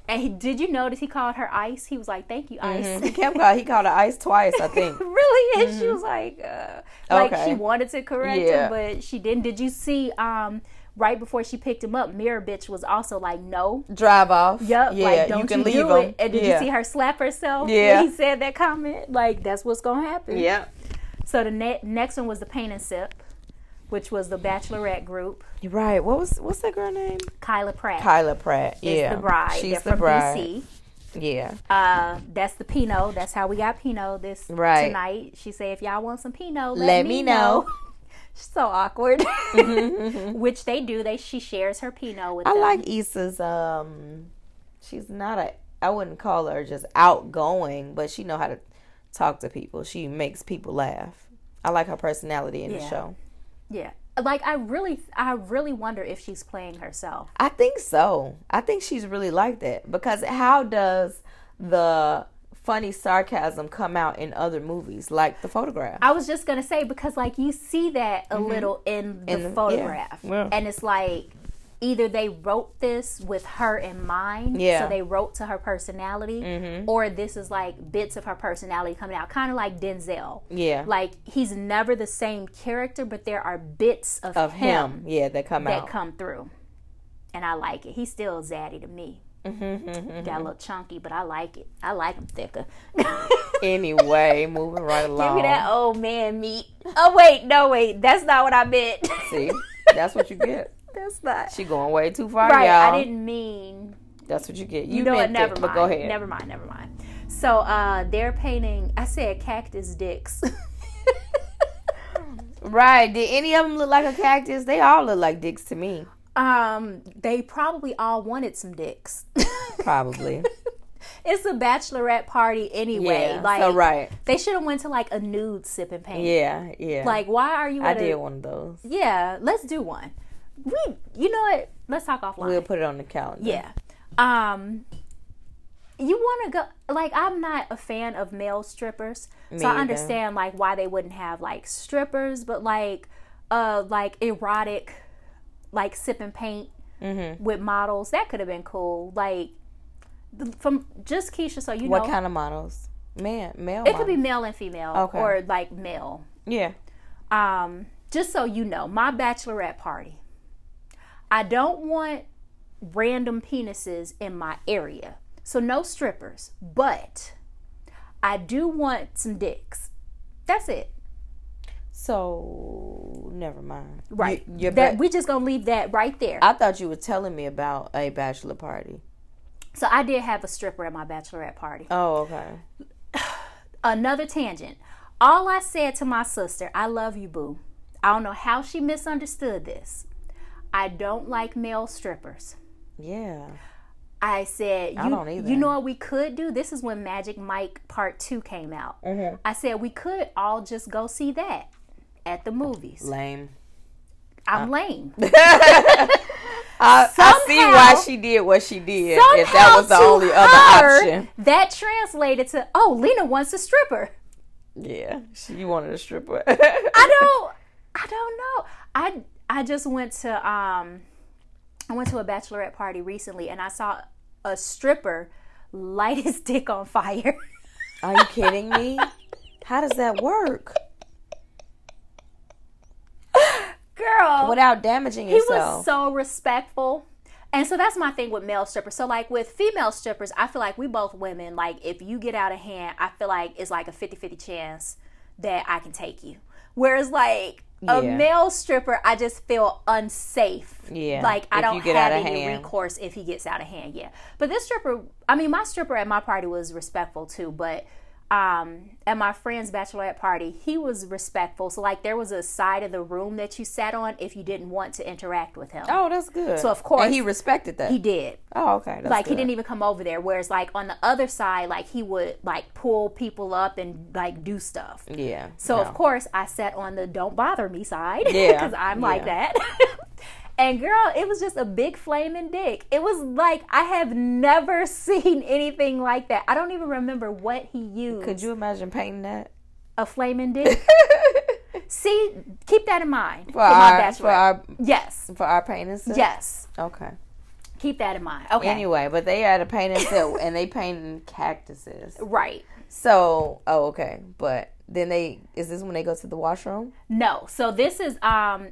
And he, did you notice he called her Ice? He was like, "Thank you, Ice."
He kept call, he called her ice twice, I think.
really? And she was like, uh, like
Mm-hmm. Okay.
she wanted to correct
Yeah.
him, but she didn't. Did you see? Um, right before she picked him up, Mirror Bitch was also like, "No."
Drive off.
Yep,
Yeah,
like don't
you
you,
can leave
do
him.
it? And did
yeah.
you see her slap herself
Yeah.
when he said that comment? Like that's what's gonna happen.
Yeah.
So the ne- next one was the Pain and Sip, which was the Bachelorette group.
You're right. What was what's that girl name?
Kyla Pratt.
Kyla Pratt. Yeah.
the bride.
She's
They're
the
from
bride.
DC.
Yeah.
Uh, that's the Pinot. That's how we got Pinot this
Right.
tonight. She said, "If y'all want some Pinot, let,
Let me
me know."
know." Mm-hmm,
so awkward. Which they do. They she shares her Pinot with
I
them.
like Issa's um she's not a I wouldn't call her just outgoing, but she know how to talk to people. She makes people laugh. I like her personality in the
Yeah.
show.
yeah. Like I really, I really wonder if she's playing herself.
I think so. I think she's really like that because how does the funny sarcasm come out in other movies like The Photograph?
I was just gonna say because like you see that a little in the
Mm-hmm. the- yeah.
photograph,
Yeah.
and it's like either they wrote this with her in mind,
Yeah. Mm-hmm.
so they wrote to her personality, or this is like bits of her personality coming out, kind of like Denzel.
Yeah.
Like he's never the same character, but there are bits of,
of
him,
him. Yeah, that come
that
out.
come through, and I like it. He's still zaddy to me.
Mm-hmm,
Got a little chunky, but I like it. I like him thicker.
anyway, moving right
Give
along.
me that old man meat. Oh wait, no wait, that's not what I meant.
See, that's what you get.
that's not
She going way too far,
right.
y'all.
I didn't mean.
That's what you get. You
You know what?
meant
Never mind.
it, but go ahead.
Never mind. Never mind. So uh, they're painting. I said cactus dicks.
Right? Did any of them look like a cactus? They all look like dicks to me.
um, they probably all wanted some dicks.
Probably.
it's a bachelorette party anyway.
yeah.
like
so right.
they should have went to like a nude sipping paint.
Yeah. Yeah.
Like why are you?
I
At a-
did one of those.
Yeah, let's do one. We, you know what? Let's talk offline.
We'll put it on the calendar.
Yeah. Um you want to go like I'm not a fan of male strippers. so I
either.
understand like why they wouldn't have like strippers but like uh like erotic like sip and paint
Mm-hmm.
with models that could have been cool. Like th- from just Keisha so you
What
know
kind of models? Man, male.
it could be male and female
Okay.
or like male.
Yeah.
Um just so you know, my bachelorette party. I don't want random penises in my area. So no strippers, but I do want some dicks. That's it.
So never mind.
Right.
You, your
that
ba-
we just going to leave that right there.
I thought you were telling me about a bachelor party.
so I did have a stripper at my bachelorette party.
Oh, okay.
Another tangent. All I said to my sister, I love you, boo. I don't know how she misunderstood this. I don't like male strippers.
Yeah.
I said, you,
don't either.
you know what we could do? This is when Magic Mike Part 2 came out.
Mm-hmm.
I said, we could all just go see that at the movies.
Lame. uh,
I'm lame.
I, I see why
Somehow-
she did what she did. if that
Somehow
was the
to
only
her,
other option.
That translated to, oh, Lena wants a stripper.
Yeah. She, you wanted a stripper.
I don't, I don't know. I, I just went to, um, I went to a bachelorette party recently and I saw a stripper light his dick on fire.
Are you kidding me? How does that work?
Girl.
Without damaging
He was
yourself.
so respectful. And so that's my thing with male strippers. So like with female strippers, I feel like we both women, like if you get out of hand, I feel like it's like a 50-50 chance that I can take you. Whereas like a
Yeah.
male stripper, I just feel unsafe.
Yeah,
Like I
if
don't
you get
have
out of
any
hand.
recourse if he gets out of hand, yeah. But this stripper I mean my stripper at my party was respectful too, but um at my friend's bachelorette party he was respectful so like there was a side of the room that you sat on if you didn't want to interact with him
oh, that's good.
So, of course-
And he respected that.
he did
oh, okay. That's
like
good.
he didn't even come over there whereas like on the other side like he would like pull people up and like do stuff
Yeah.
so
no.
of course I sat on the don't bother me side
Yeah,
because I'm like
yeah.
that. and girl, it was just a big flaming dick. It was like I have never seen anything like that. I don't even remember what he used.
Could you imagine painting that?
a flaming dick. See, keep that in mind for,
For
my
our, for
bachelor.
our
yes,
for our painting set?
yes.
Okay.
Keep that in mind. Okay,
Anyway, but they had a painting set and they painted cactuses.
right.
So, oh, okay. But then they, is this when they go to the washroom?
No. So this is um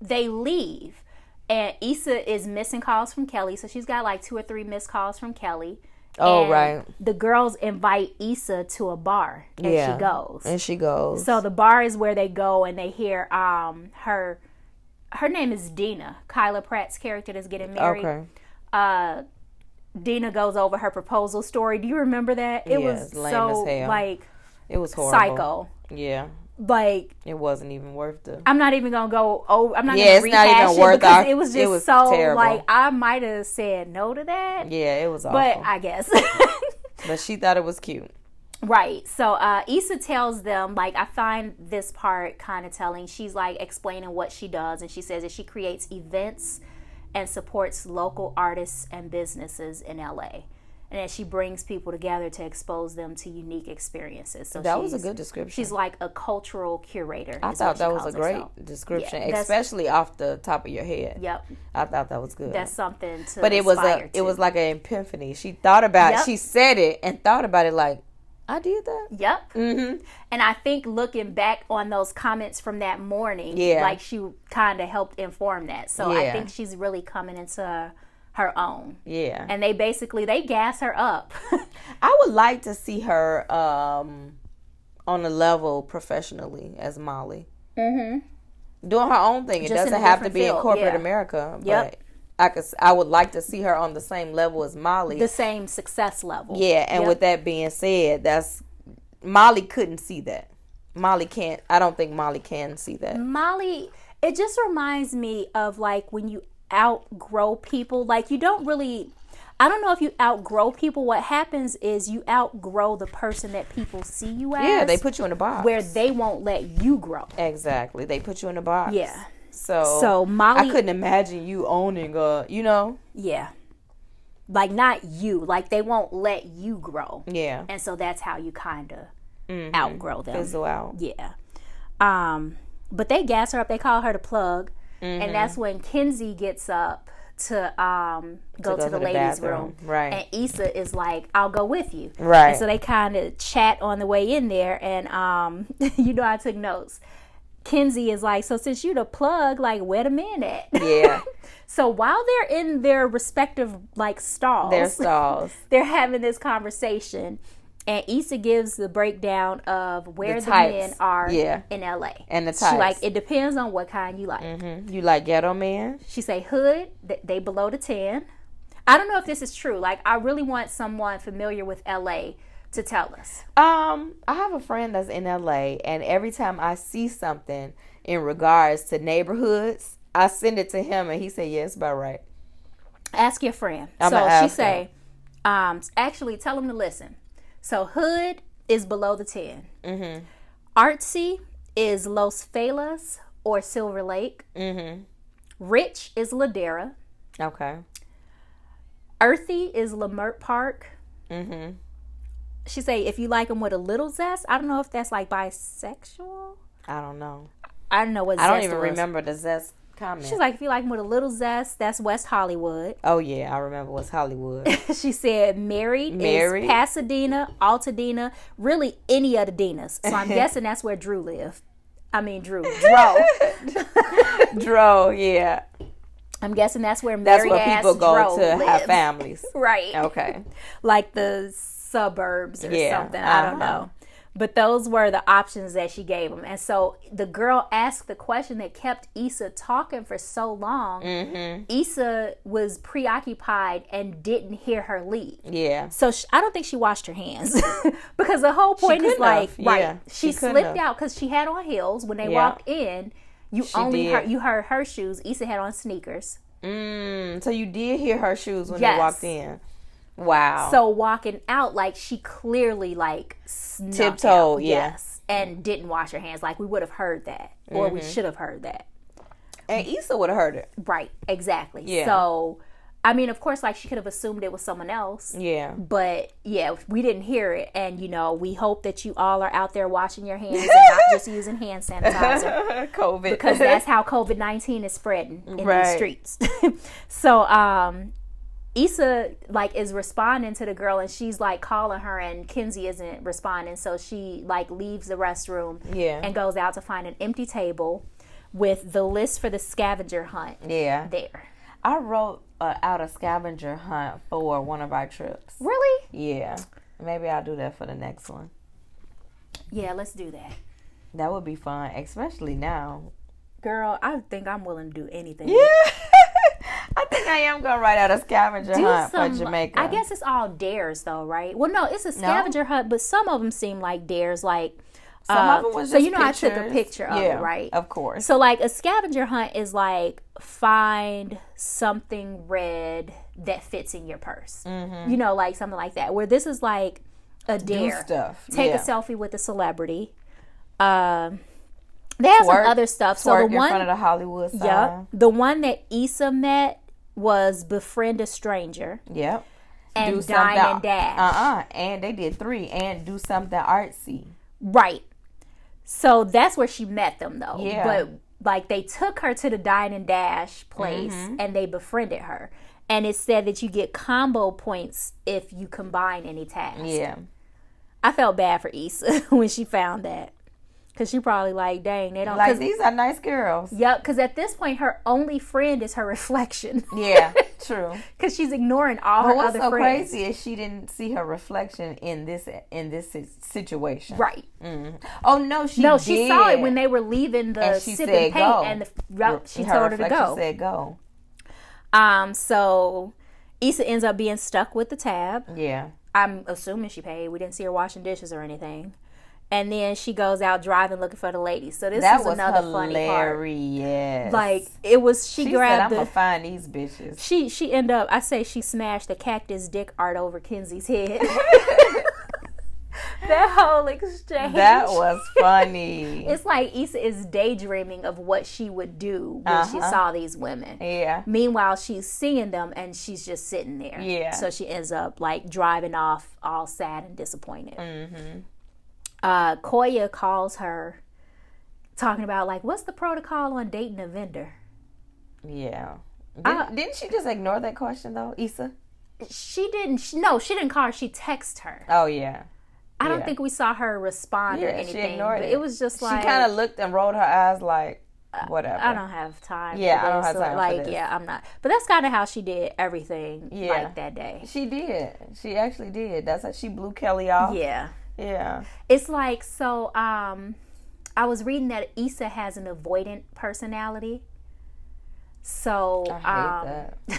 they leave and Issa is missing calls from Kelly. So she's got like two or three missed calls from Kelly.
Oh,
And
right.
The girls invite Issa to a bar and
Yeah.
she goes.
And she goes.
So the bar is where they go and they hear um her her name is Dina, Kyla Pratt's character that's getting married.
okay.
Uh Dina goes over her proposal story. Do you remember that? It was
Yes, lame
so
as hell.
like
It was horrible.
psycho.
Yeah.
Like
It wasn't even worth the.
I'm not even gonna go over. I'm not.
Yeah,
gonna
it's not even
rehash it
worth
because
our-
It was just
it was
so
terrible.
like I might have said no to that,
Yeah, it was
but
awful.
I guess
but she thought it was cute.
right. So uh, Issa tells them like I find this part kind of telling. She's like explaining what she does, and she says that she creates events and supports local artists and businesses in LA. and that she brings people together to expose them to unique experiences. So
That was a
she's-
good description.
She's like a cultural curator.
I
is what
thought
she
that was a
calls
great
herself.
description,
Yeah, that's-
especially off the top of your head.
Yep,
I thought that was good.
that's something to.
but it was a
aspire
it
to.
was like an epiphany. She thought about
Yep.
it. She said it and thought about it like I did that.
Yep.
Mm-hmm.
And I think looking back on those comments from that morning,
Yeah.
like she kind of helped inform that. So I
Yeah.
think she's really coming into her own.
Yeah.
And they basically they gas her up.
I would like to see her um, on a level professionally as Molly,
mm-hmm.
doing her own thing. It
Just in a
doesn't have to
different
be in
field,
corporate
yeah.
America, but
Yep.
I could. s- I would like to see her on the same level as Molly.
The same success level.
yeah, and
Yep.
with that being said, that's Molly couldn't see that. Molly can't. I don't think Molly can see that.
Molly, it just reminds me of like when you outgrow people. Like you don't really, I don't know if you outgrow people. What happens is you outgrow the person that people see you as.
Yeah, they put you in a box.
where they won't let you grow.
exactly they put you in a box.
Yeah.
So
So Molly,
I couldn't imagine you owning a. You know.
yeah, like not you. Like they won't let you grow,
Yeah.
and so that's how you kind of
Mm-hmm.
outgrow them.
Fizzle out.
Yeah. Um, but they gas her up. They call her the plug,
Mm-hmm.
and that's when Kenzie gets up to um go to,
go
the,
to the
ladies' room.
bathroom. Right.
And Issa is like, "I'll go with you."
Right.
And so they kind of chat on the way in there, and um, you know, I took notes. Kenzie is like, "So since you the plug, like, where the men at?"
Yeah.
so while they're in their respective like stalls,
Their stalls.
they're having this conversation and Issa gives the breakdown of where the,
The types.
men are
Yeah.
in LA.
And the types. Mm-hmm.
she like it depends on what kind you like.
You like ghetto man?
She say hood, th- they below the 10. I don't know if this is true. Like I really want someone familiar with LA to tell us.
Um, I have a friend that's in LA, and every time I see something in regards to neighborhoods, I send it to him, and he said, "Yes, about right."
Ask your friend.
I'ma
so she
ask
say um actually tell them to listen. So hood is below the 10.
Mm-hmm.
Artsy is Los Feliz or Silver Lake.
Mm-hmm.
Rich is Ladera.
Okay.
Earthy is Lamert Park.
Mm-hmm.
She say if you like them with a little zest. I don't know if that's like bisexual.
I don't know.
I don't know what.
I don't
zest
even
was.
remember the zest comment.
She's like if you like them with a little zest, that's West Hollywood.
"Oh yeah, I remember what's Hollywood."
she said married,
Married?
is Pasadena, Altadena, really any of the Dinas. So I'm guessing that's where Drew lived. I mean Drew. Dro.
Dro, yeah,
I'm guessing that's where
that's
married
where people go to have
family.
families.
Right.
Okay.
like the suburbs or
Yeah,
something. I don't
uh-huh.
know. But those were the options that she gave him. And so the girl asked the question that kept Issa talking for so long.
Mm-hmm.
Issa was preoccupied and didn't hear her leave.
Yeah.
So sh I don't think she washed her hands because the whole point is
couldn't
like,
have.
right?
Yeah,
she,
she couldn't
slipped
have.
out because she had on heels when they
Yeah.
walked in. You only
did.
heard you heard her shoes. Issa had on sneakers.
Mm, so you did hear her shoes when
Yes.
you walked in. Wow.
So walking out, like she clearly like snuck
Tiptoed,
out.
yeah.
yes, and didn't wash her hands. Like we would have heard that, or
Mm-hmm.
we should have heard that.
and Issa would have heard it.
Right, exactly.
Yeah.
So, I mean, of course, like she could have assumed it was someone else,
Yeah.
but yeah, we didn't hear it. And you know, we hope that you all are out there washing your hands and not just using hand sanitizer.
COVID.
because that's how COVID nineteen is spreading in these
Right.
streets. so um Issa like is responding to the girl and she's like calling her and Kenzie isn't responding, so she like leaves the restroom
Yeah.
and goes out to find an empty table with the list for the scavenger hunt
yeah.
there.
I wrote uh, out a scavenger hunt for one of our trips.
Really?
Yeah. Maybe I'll do that for the next one.
Yeah, let's do that.
That would be fun, especially now.
Girl, I think I'm willing to do anything.
I think I am going to write out a scavenger
Do
hunt
some-
for Jamaica.
I guess it's all dares though, right? Well, no, it's a scavenger hunt, but some of them seem like dares. Like
Some
uh,
of them was
so
just
you know I took a
pictures.
picture of
yeah,
it, right?
Of course.
So like a scavenger hunt is like find something red that fits in your purse.
Mm-hmm.
You know, like something like that. Where this is like a dare.
Stuff.
Take
yeah.
a selfie with a celebrity. Um, they have
Twerk-
some other stuff. So
Twerk
the
in
one,
front of the Hollywood sign.
Yup. the one that Issa met was befriend a stranger.
Yep.
and
do
dine
something-
and dash.
Uh-uh. And they did three and do something artsy.
Right. So that's where she met them though.
Yeah.
But like they took her to the dine and dash place
Mm-hmm.
and they befriended her. And it said that you get combo points if you combine any tasks.
Yeah.
I felt bad for Issa when she found that. Cause she probably like, dang, they don't.
Like
Cause,
these are nice girls.
yep. Cause at this point, her only friend is her reflection.
Yeah, true.
Cause she's ignoring all
But
her
what's
other
so
friends.
crazy is she didn't see her reflection in this in this si- situation.
Right.
Oh no, she
No, she saw it
did.
when they were leaving the
And she
sip
said,
and paint,
"Go."
and the, yep, she
her
told her to
reflection
go.
Said go.
Um, so Issa ends up being stuck with the tab.
Yeah.
I'm assuming she paid. We didn't see her washing dishes or anything. And then she goes out driving looking for the ladies. So this
That
is
was
another funny part.
hilarious.
Like it was, she,
she said, "I'm
grabbed
gonna
the.
find these bitches."
She she end up. I say she smashed the cactus dick art over Kenzie's head. that whole exchange.
That was funny.
It's like Issa is daydreaming of what she would do when she
Uh-huh.
saw these women.
yeah.
Meanwhile, she's seeing them and she's just sitting there.
Yeah.
So she ends up like driving off all sad and disappointed. Mm-hmm. Uh, Koya calls her talking about like, what's the protocol on dating a vendor?
Yeah. Didn't,
I-
didn't she just ignore that question though, Issa?
She didn't, she, no, she didn't call her. She texted her.
Oh yeah.
I don't
Yeah.
think we saw her respond or
Yeah, she
anything.
ignored
but
it.
it. was just like,
she kind of looked and rolled her eyes like whatever.
I don't have time.
Yeah,
for
I don't
this,"
have
or,
time for
Like,
this.
yeah, I'm not. But that's kind of how she did everything.
Yeah.
Like that day.
She did. She actually did. That's how she blew Kelly off.
Yeah.
Yeah.
It's like so um I was reading that Issa has an avoidant personality. So
I
um
hate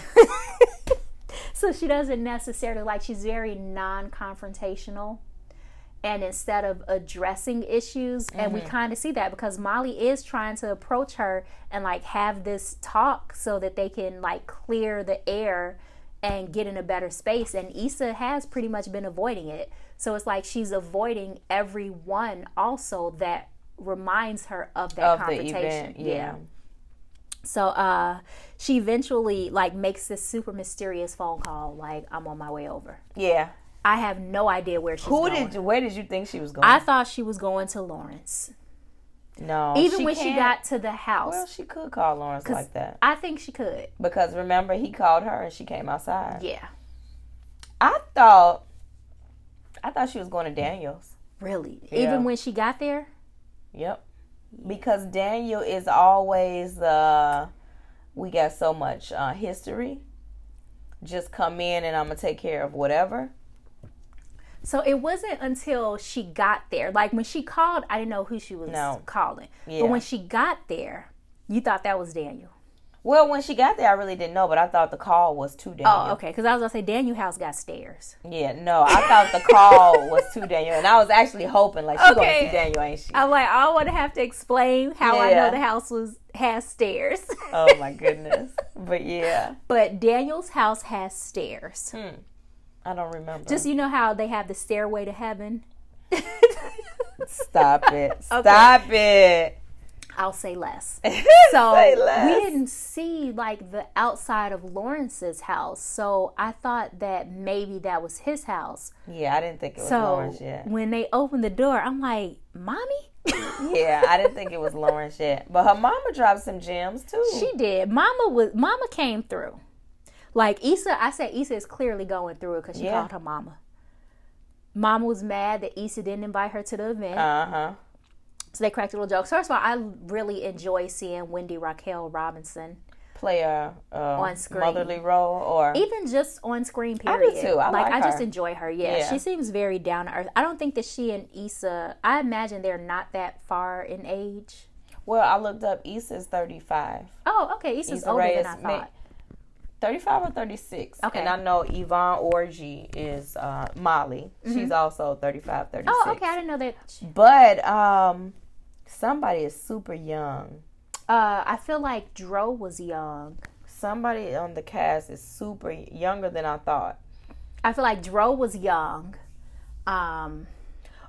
that.
so she doesn't necessarily like she's very non-confrontational and instead of addressing issues and
Mm-hmm.
we kind of see that because Molly is trying to approach her and like have this talk so that they can like clear the air and get in a better space and Issa has pretty much been avoiding it so it's like she's avoiding everyone also that reminds her of that
Of the
confrontation
event. Yeah.
so uh she eventually like makes this super mysterious phone call like I'm on my way over.
Yeah.
I have no idea where she's
Who
going.
did? Where did you think she was going?
I thought she was going to Lawrence.
no.
Even when she
Oh, can't-
got to the house.
Well, she could call Lawrence like that
I think she could.
because remember he called her and she came outside.
Yeah.
I thought. I thought she was going to Daniel's.
Really.
Yeah.
Even when she got there?
Yep. Because Daniel is always uh we got so much uh history. Just come in and I'm gonna take care of whatever.
So it wasn't until she got there. Like when she called, I didn't know who she was
No.
calling.
Yeah.
But when she got there, you thought that was Daniel.
Well, when she got there, I really didn't know, but I thought the call was to Daniel.
Oh, okay. Because I was going to say, Daniel house got stairs.
Yeah, no, I thought the call was to Daniel, and I was actually hoping like she's
Okay.
gonna see Daniel, ain't she?
I'm like, I don't want to have to explain how I know
Yeah.
the house was has stairs.
oh my goodness! But yeah,
But Daniel's house has stairs.
I don't remember.
Just you know how they have the stairway to heaven.
stop it! Stop it!
I'll say less. So
Say
Um, we
less.
didn't see like the outside of Lawrence's house. So I thought that maybe that was his house.
Yeah, I didn't think it was
So
Lawrence yet.
when they opened the door, I'm like, "Mommy."
Yeah, I didn't think it was Lawrence yet. But her mama dropped some gems too.
She did. Mama was. Mama came through. Like Issa, I said Issa is clearly going through it because she
Yeah.
called her mama. Mama was mad that Issa didn't invite her to the event,
uh huh.
so they cracked a little joke. First of all, I really enjoy seeing Wendy Raquel Robinson,
Play a uh,
On screen.
motherly role, or
even just on screen.
do
Period.
too. I like
I just
her.
enjoy her. Yeah,
Yeah.
she seems very down to earth. I don't think that she and Issa. I imagine they're not that far in age.
well, I looked up. Issa's thirty five.
Oh, okay. Issa's
Issa
older
Rae
than I
is
thought.
35 or 36.
Okay.
And I know Yvonne Orgy is uh, Molly. She's also 35, 36.
Mm-hmm. oh, okay. I didn't know that. she-
But um, somebody is super young.
Uh, I feel like Dro was young.
Somebody on the cast is super younger than I thought.
I feel like Dro was young. Um,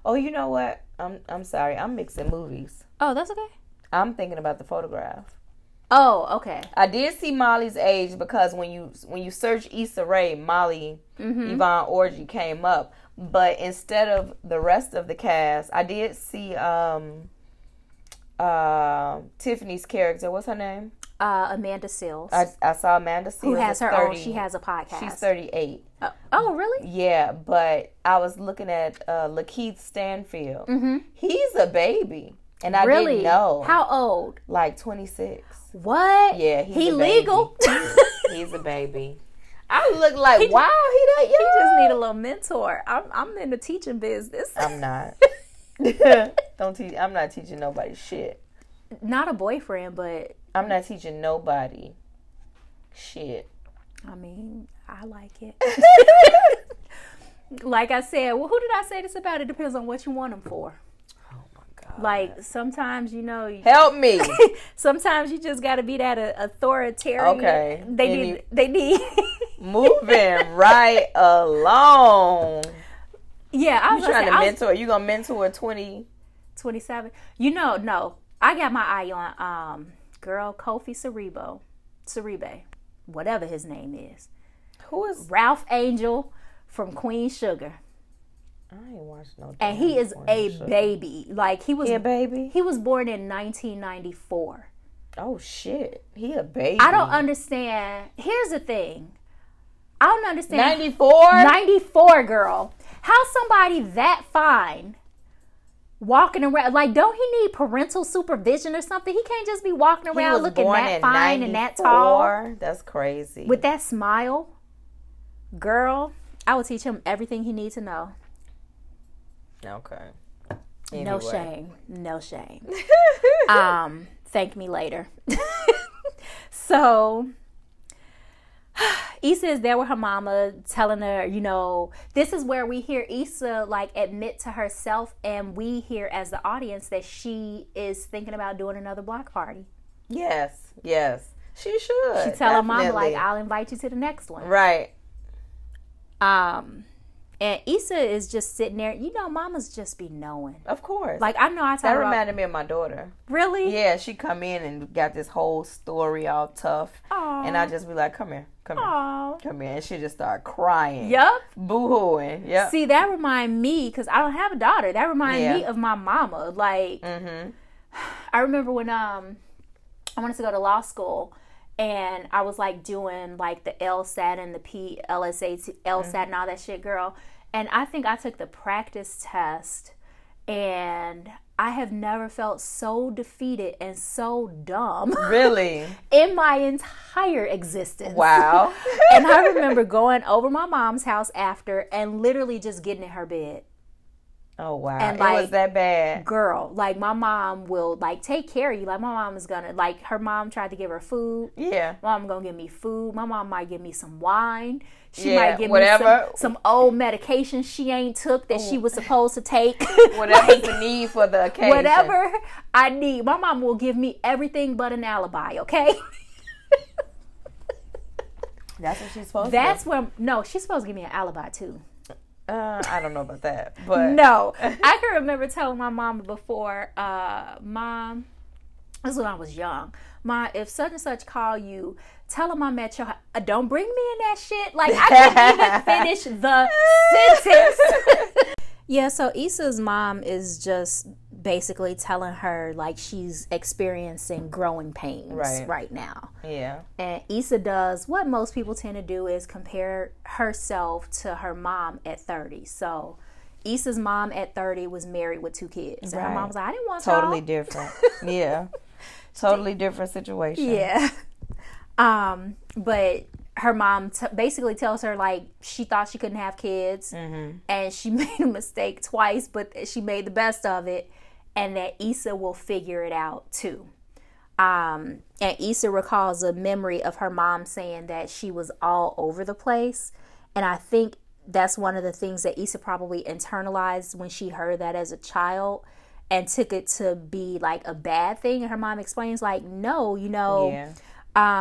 Oh, you know what? I'm I'm sorry. I'm mixing movies.
oh, that's okay.
I'm thinking about the photograph.
Oh, okay.
I did see Molly's age because when you when you search Issa Rae, Molly
Mm-hmm.
Yvonne Orgy came up. But instead of the rest of the cast, I did see um uh, Tiffany's character. What's her name?
Uh, Amanda Seals,
I, I saw Amanda. Seals
who has
is
her
30.
own. She has a podcast.
She's thirty eight.
Uh, oh, really?
Yeah, but I was looking at uh, Lakeith Stanfield. He's a baby, and I
Mm-hmm. Really?
didn't know.
How old?
Like twenty six.
What?
Yeah, he's
he
a baby.
legal.
He's a baby. I look like wow. He that young.
You just need a little mentor. I'm I'm in the teaching business.
I'm not. Don't teach. I'm not teaching nobody shit.
Not a boyfriend, but
I'm not teaching nobody shit.
I mean, I like it. like I said, well, who did I say this about? It depends on what you want them for.
Oh my god.
Like sometimes you know, you-
Help me.
sometimes you just got to be that uh, authoritarian.
Okay.
They
And
need.
you- Mm.
they need.
Moving right along.
yeah, I was
You
gonna
trying
say,
to
I was-
mentor? You gonna mentor twenty?
27. You know, no. I got my eye on um girl Kofi Cerebo. Cerebe. Whatever his name is.
Who is?
Ralph Angel from Queen Sugar.
I ain't watched no.
And he is a baby. Like he was
Yeah, baby.
he was born in 1994.
Oh shit, he a baby.
I don't understand. Here's the thing. I don't understand
Ninety four.
94 girl. How somebody that fine walking around like don't he need parental supervision or something? He can't just be walking
He
around
was
looking
born
that
in
fine and that tall
94. That's crazy.
with that smile. Girl, I will teach him everything he needs to know.
okay.
No
Anyway.
shame. No shame. um, thank me later. so Issa is there with her mama telling her, you know, this is where we hear Issa like admit to herself and we hear as the audience that she is thinking about doing another block party.
Yes, yes, she should.
She tell her mama
Uh, definitely.
like, I'll invite you to the next one.
right.
Um and Issa is just sitting there, you know, mamas just be knowing.
Of course.
Like I know I
that
tell her about,
reminded me of my daughter.
really?
Yeah, she come in and got this whole story all tough, and I just be like, "Come here, come here,
Aw.
come here," and she just start crying.
Yup.
Boo hooing. Yep.
See, that remind me because I don't have a daughter. That remind
Yeah. Mm-hmm.
me of my mama. Like, I remember when um I wanted to go to law school, and I was like doing like the LSAT and the P LSAT LSAT and
Mm-hmm.
all that shit, girl. And I think I took the practice test, and I have never felt so defeated and so dumb
Really?
in my entire existence
Wow.
and I remember going over my mom's house after and literally just getting in her bed.
oh wow.
And,
it
like,
was that bad.
Girl, like my mom will like take care of you. Like my mom is gonna like her mom tried to give her food.
Yeah.
Mom gonna give me food. My mom might give me some wine. She
Yeah,
might give me
whatever.
some, some old medication she ain't took that she was supposed to take.
Whatever the need for the occasion.
whatever I need. My mom will give me everything but an alibi, okay?
That's what she's supposed to.
That's where no, she's supposed to give me an alibi too.
Uh, I don't know about that, but
No, I can remember telling my mama before, uh, mom, this is when I was young. Ma, if such and such call you, tell them I'm at your. hou- Uh, don't bring me in that shit. Like I couldn't even finish the sentence. yeah, so Issa's mom is just basically telling her like she's experiencing growing pains
Right.
right now.
yeah,
And Issa does what most people tend to do is compare herself to her mom at 30. So Issa's mom at 30 was married with two kids. And her
Right.
mom was like, I didn't want
totally
y'all.
different. Yeah, totally different situation.
Yeah. Um, but her mom t- basically tells her like she thought she couldn't have kids
Mm-hmm.
and she made a mistake twice, but she made the best of it and that Issa will figure it out too. Um, and Issa recalls a memory of her mom saying that she was all over the place. And I think that's one of the things that Issa probably internalized when she heard that as a child and took it to be like a bad thing. And her mom explains, like, no, you know,
Yeah.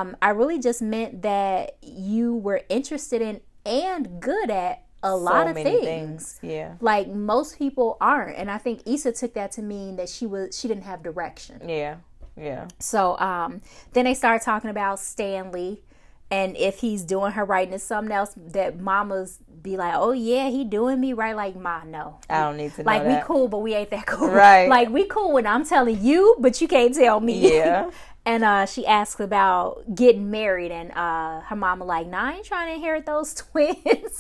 um, I really just meant that you were interested in and good at a lot of things.
Yeah,
Like most people aren't. And I think Issa took that to mean that she was she didn't have direction.
yeah, Yeah.
So um, then they started talking about Stanley and if he's doing her right and it's something else that mamas be like, oh yeah, he doing me right. Like, ma, no.
I don't need to know
Like we
that.
cool, but we ain't that cool.
Right.
Like we cool when I'm telling you, but you can't tell me.
Yeah.
and uh, she asks about getting married, and uh, her mama like, nah, I ain't trying to inherit those twins.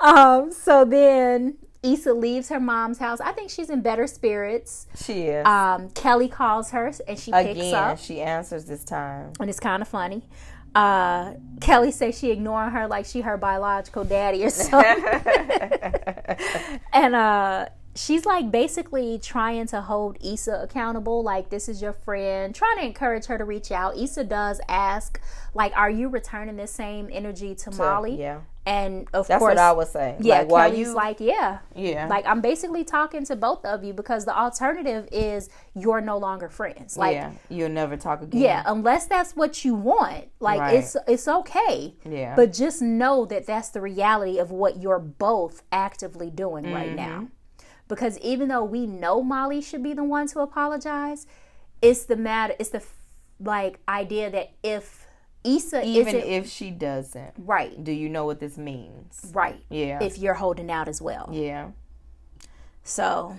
um. So then Issa leaves her mom's house. I think she's in better spirits.
she is.
Um, Kelly calls her and she picks
Again,
up
she answers this time.
and it's kind of funny. Uh, Kelly says she ignoring her like she her biological daddy or something, and uh, she's like basically trying to hold Issa accountable. Like this is your friend, trying to encourage her to reach out. Issa does ask, like, "Are you returning this same energy to, Molly?"
Yeah.
And of
That's
course,
what I would say.
yeah,
like, why
Kelly's
you?
like, "Yeah."
yeah.
Like I'm basically talking to both of you because the alternative is you're no longer friends. Like
yeah. You'll never talk again.
yeah, unless that's what you want, like
Right.
it's it's okay.
Yeah.
But just know that that's the reality of what you're both actively doing
Mm-hmm.
right now. Because even though we know Molly should be the one to apologize, it's the matter it's the like idea that if Issa
even
isn't
if she doesn't,
right,
do you know what this means?
right.
Yeah.
If you're holding out as well.
yeah.
So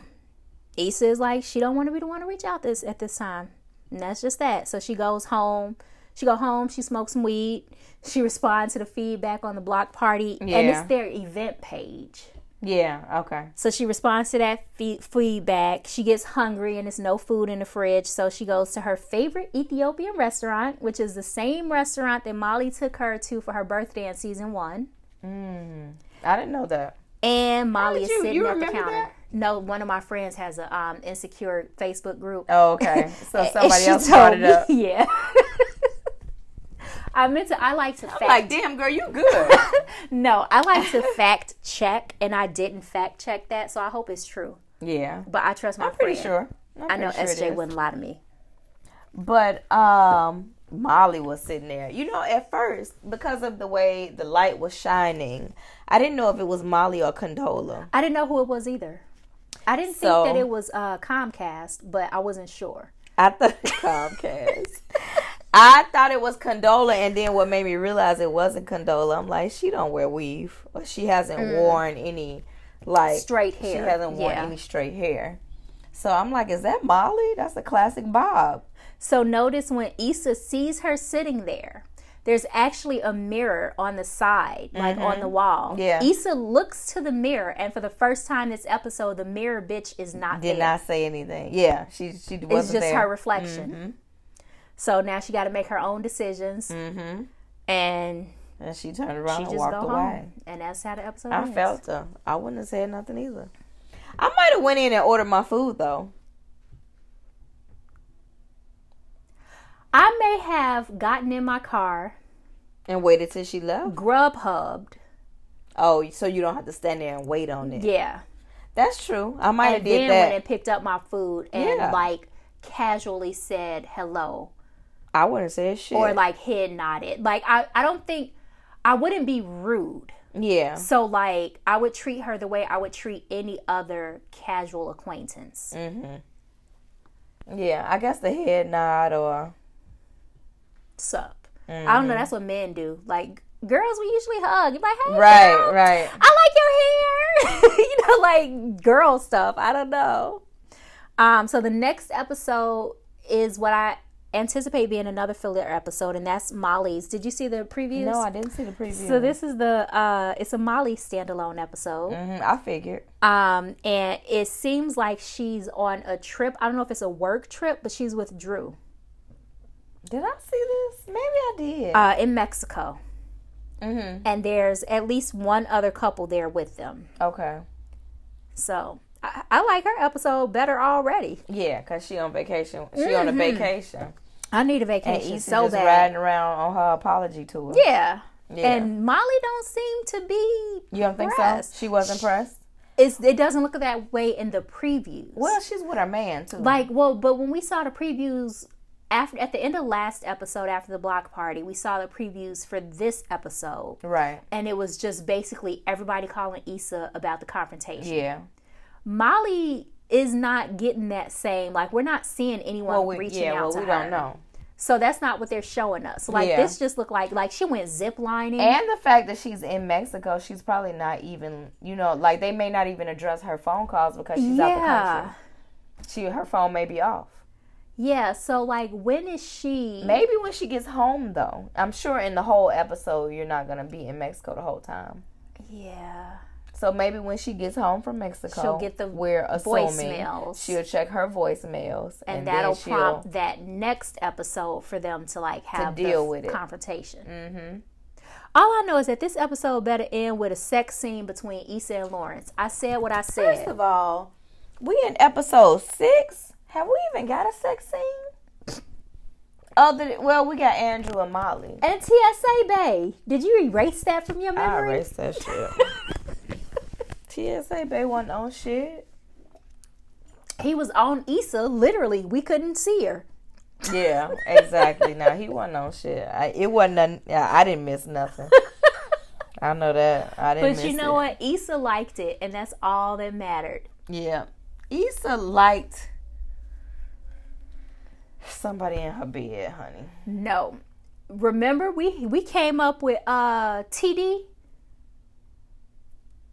Issa is like, she don't want to be the one to reach out this at this time. And that's just that. So she goes home. She go home, she smokes some weed, she responds to the feedback on the block party. And
Yeah.
it's their event page.
Yeah. Okay.
So she responds to that fe- feedback. She gets hungry and there's no food in the fridge. So she goes to her favorite Ethiopian restaurant, which is the same restaurant that Molly took her to for her birthday in season one.
I didn't know that.
And Molly
did
is
you-
sitting
you
at the
remember
counter.
that?
No, one of my friends has a um, insecure Facebook group.
Oh, okay. So
And
somebody
she
else
told
brought it
me-
up.
Yeah. I meant to. I like to fact.
Like, damn, girl, you good.
no, I like to fact check, and I didn't fact check that, so I hope it's true.
yeah.
But I trust my
Pretty
friend.
sure. I'm
I know
pretty sure
SJ
it is.
wouldn't lie to me.
But um Molly was sitting there. You know, at first, because of the way the light was shining, I didn't know if it was Molly or Condola.
I didn't know who it was either. I didn't
So-
think that it was uh, Comcast, but I wasn't sure.
I thought Comcast. I thought it was Condola, and then what made me realize it wasn't Condola. I'm like, she don't wear weave, or she hasn't worn any like
Mm. Straight
She
hair,
hasn't worn
yeah.
any straight hair. So I'm like, is that Molly? That's a classic bob.
So notice when Issa sees her sitting there, there's actually a mirror on the side, like on the wall.
Mm-hmm. Yeah.
Issa looks to the mirror, and for the first time this episode, the mirror bitch is not
Did
there.
not say anything. Yeah, she she wasn't
it's just
there. Mm-hmm.
her reflection. So now she got to make her own decisions,
Mm-hmm.
and
and she turned around
she
and
just
walked
go
away.
home. And that's how the episode
I
ends.
felt her. I wouldn't have said nothing either. I might have went in and ordered my food though.
I may have gotten in my car,
And waited till she left.
grub hubbed.
Oh, so you don't have to stand there and wait on it.
Yeah.
That's true. I might have
and then went
did that.
and picked up my food and
Yeah.
like casually said hello
I wouldn't say shit.
or like head nodded. Like I, I don't think I wouldn't be rude.
yeah.
So like I would treat her the way I would treat any other casual acquaintance.
Mm. Yeah. I guess the head nod or
Sup. I
Mm-hmm.
don't know, that's what men do. Like girls we usually hug. You're like, hey
Right,
girl,
right.
I like your hair. you know, like girl stuff. I don't know. Um, so the next episode is what I anticipate being another filler episode, and that's Molly's. Did you see the previews?
No, I didn't see the preview.
So this is the uh, it's a Molly standalone episode,
Mhm, I figured.
um, and it seems like she's on a trip. I don't know if it's a work trip, but she's with Drew
Did I see this? Maybe I did.
uh, in Mexico,
mhm.
and there's at least one other couple there with them.
Okay.
So I, I like her episode better already.
Yeah, cause she on vacation. She on a vacation.
I need a
And
vacation Mm-hmm.
Issa
so
just
bad.
riding around on her apology tour.
Yeah.
Yeah.
And Molly don't seem to be.
You don't think
Impressed.
so? She wasn't pressed.
It's, it doesn't look that way in the previews.
Well, she's with her man too.
Like, well, but when we saw the previews after at the end of last episode after the block party, we saw the previews for this episode,
right.
and it was just basically everybody calling Issa about the confrontation.
Yeah.
Molly is not getting that same like we're not seeing anyone
Well, we,
reaching
yeah,
out
well,
to
we
her.
don't know.
So that's not what they're showing us. Like
Yeah.
this just looked like like she went zip lining.
And the fact that she's in Mexico, she's probably not even, you know, like they may not even address her phone calls because she's
yeah.
out the country. She her phone may be off.
Yeah, so like when is she
Maybe when she gets home though. I'm sure in the whole episode you're not going to be in Mexico the whole time.
Yeah.
So maybe when she gets home from Mexico,
She'll get the
we're assuming
voicemails.
She'll check her voicemails
And,
and,
that'll
then she'll
prompt that next episode for them to like have the
deal
f-
with it.
confrontation. Mm-hmm. All I know is that this episode better end with a sex scene between Issa and Lawrence. I said what I said.
First of all, we in episode six. Have we even got a sex scene? Other than, well, we got Andrew and Molly.
and TSA Bay, did you erase that from your
I
memory?
erased that shit. TSA Bay wasn't on shit.
he was on Issa. Literally, we couldn't see her.
Yeah, exactly. now he wasn't on shit. I, it wasn't. None, yeah, I didn't miss nothing. I know that. I didn't.
But you
miss
know what?
it.
Issa liked it, and that's all that mattered.
Yeah, Issa liked somebody in her bed, honey.
No, remember we we came up with uh TD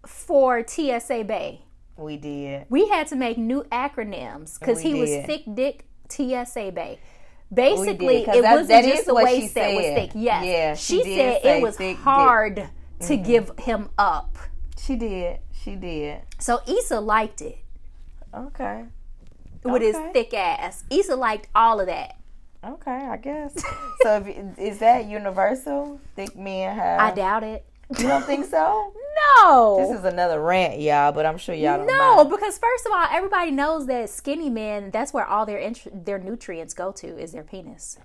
for TSA Bay.
We did.
We had to make new acronyms because
We
he was
did. Oh,
thick dick TSA Bay.
We
Basically,
did,
it
'cause that-
wasn't
that
just
is
the
what she
waist that was
said.
thick. Yes,
Yeah, she
she,
did
said
say
it was
thick dick. Mm-hmm.
hard to give him up.
She did. She did.
So Issa liked it.
Okay.
with his
Okay.
thick ass. Issa liked all of that.
Okay, I guess. so if, is that universal? Thick men have.
I doubt it.
You don't think so?
No.
This is another rant, y'all, but I'm sure y'all don't
no,
mind.
because first of all, everybody knows that skinny men, that's where all their int- their nutrients go to is their penis.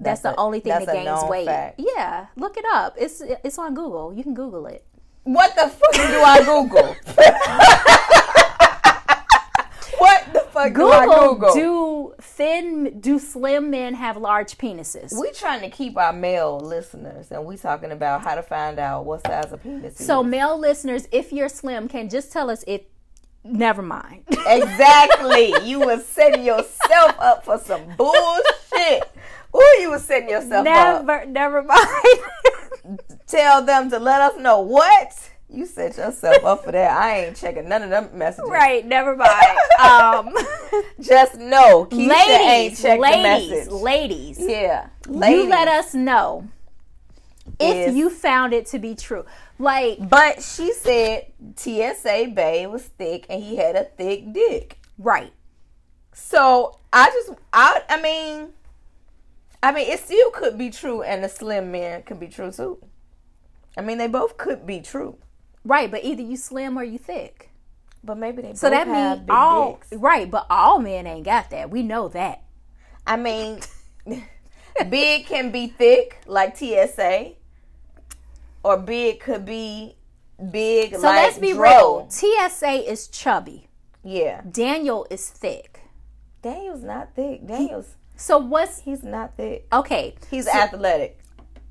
That's,
That's
the
a-
only thing that
that's a
gains
known
weight.
fact.
Yeah, look it up. It's it's on Google. You can Google it.
What the fuck do I Google? what the fuck do I
Google,
Google?
do thin do slim men have large penises?
we trying to keep our male listeners, and we talking about how to find out what size of penis. he
so
is.
male listeners, if you're slim, can just tell us if. Never mind.
exactly, you was setting yourself up for some bullshit. Ooh, you was setting yourself up.
never, never mind.
Tell them to let us know what you set yourself up for. That I ain't checking none of them messages.
Right, never mind. Um,
Just know, Keisha ain't
ladies,
checked the
ladies,
message.
ladies,
yeah,
you let us know if
Is-
you found it to be true. Like,
But she said TSA Bay was thick and he had a thick dick.
right.
So I just I I mean I mean it still could be true and the slim man could be true too. I mean they both could be true.
Right, but either you slim or you thick.
But maybe they
So
both
that
have
means
big
all
dicks.
right, but all men ain't got that. We know that.
I mean big can be thick like TSA or big could be big
So
like
let's be
Dro.
real. TSA is chubby.
Yeah.
Daniel is thick.
Daniel's not thick. Daniel's
So what's
he's not thick.
okay?
He's athletic.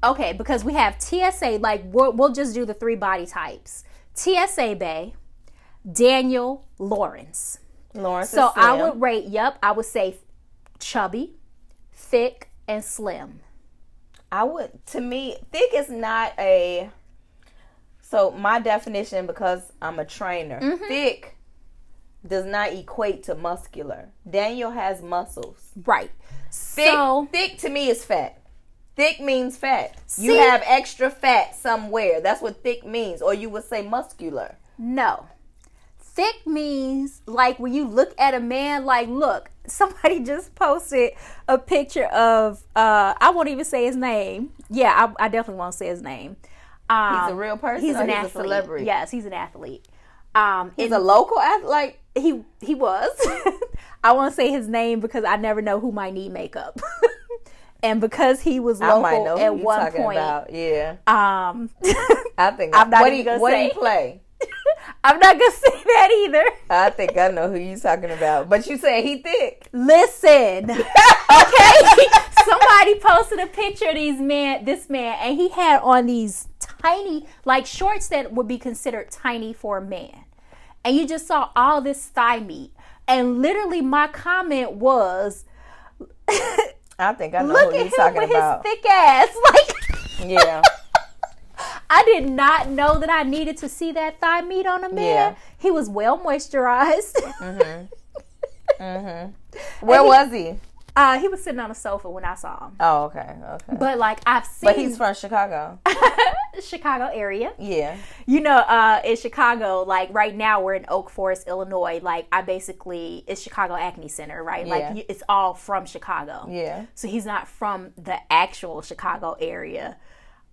Okay, because we have TSA, like we'll, we'll just do the three body types TSA Bay, Daniel, Lawrence.
Lawrence
So
is slim.
I would rate, yep, I would say chubby, thick, and slim.
I would to me thick is not a so my definition because I'm a trainer.
Mm-hmm.
Thick does not equate to muscular. Daniel has muscles.
Right.
Thick
So,
thick to me is fat. Thick means fat.
See?
You have extra fat somewhere. That's what thick means or you would say muscular.
no. Thick means like when you look at a man, like, look, somebody just posted a picture of, uh, I won't even say his name. Yeah, I, I definitely won't say his name. Um,
He's a real person
he's
or
an
he's
athlete.
a celebrity.
Yes, he's an athlete. Um,
He's
and
a local athlete. Like,
he he was. I won't say his name because I never know who might need makeup. and because he was
I might know
local
who
at
you
one
talking
point,
about. Yeah.
um,
I think
I'm not
what
even
he,
gonna
what
say.
he play.
I'm not gonna say that either.
I think I know who you talking about. But you said he thick.
Listen, okay. Somebody posted a picture of these man, this man, and he had on these tiny, like shorts that would be considered tiny for a man, and you just saw all this thigh meat. And literally, my comment was,
I think I know
"Look
who
at
you're
him
talking
with
about.
his thick ass." Like,
yeah.
I did not know that I needed to see that thigh meat on a man.
Yeah.
He was well moisturized.
Mm-hmm. Mm. Where was he?
uh, he was sitting on a sofa when I saw him.
Oh, okay, okay.
But like I've seen
But he's from Chicago.
Chicago area.
Yeah.
You know, uh, in Chicago, like right now we're in Oak Forest, Illinois. Like I basically it's Chicago Acne Center, right?
Yeah.
Like you- it's all from Chicago.
Yeah.
So he's not from the actual Chicago area.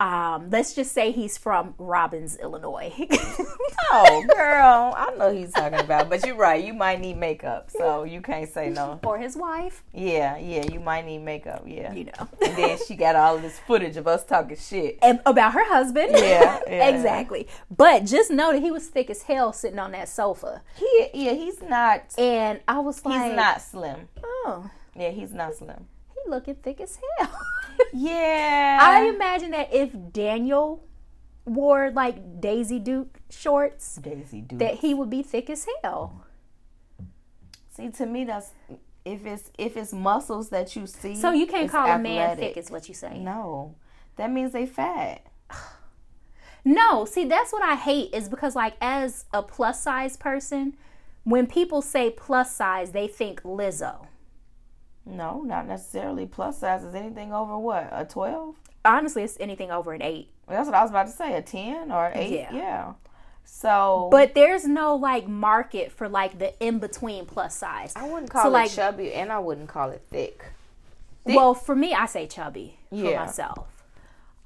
Um, let's just say he's from Robbins, Illinois.
Oh, girl, I know who you're talking about. But you're right. You might need makeup, so you can't say no.
or his wife,
Yeah, yeah. You might need makeup. Yeah.
you know.
And then she got all of this footage of us talking shit.
and about her husband.
Yeah, yeah.
exactly. But just know that he was thick as hell sitting on that sofa,
He, yeah, he's not.
and I was like,
He's not slim.
"Oh,
Yeah, he's not slim.
he looking thick as hell."
Yeah.
I imagine that if Daniel wore like Daisy Duke shorts,
Daisy dude.
that he would be thick as hell.
see, to me, that's if it's if it's muscles that you see.
So you can't
it's
call a man
athletic.
thick, is what you saying?
No, that means they fat.
No, see, that's what I hate is because, like, as a plus size person, when people say plus size, they think Lizzo.
No, not necessarily. Plus size is anything over what a twelve.
Honestly, it's anything over an eight.
That's what I was about to say. A ten or eight. Yeah.
Yeah.
So,
But there's no like market for like the in between plus size.
I wouldn't call
so,
it
like-
chubby, and I wouldn't call it thick.
Well, for me, I say chubby
Yeah.
for myself.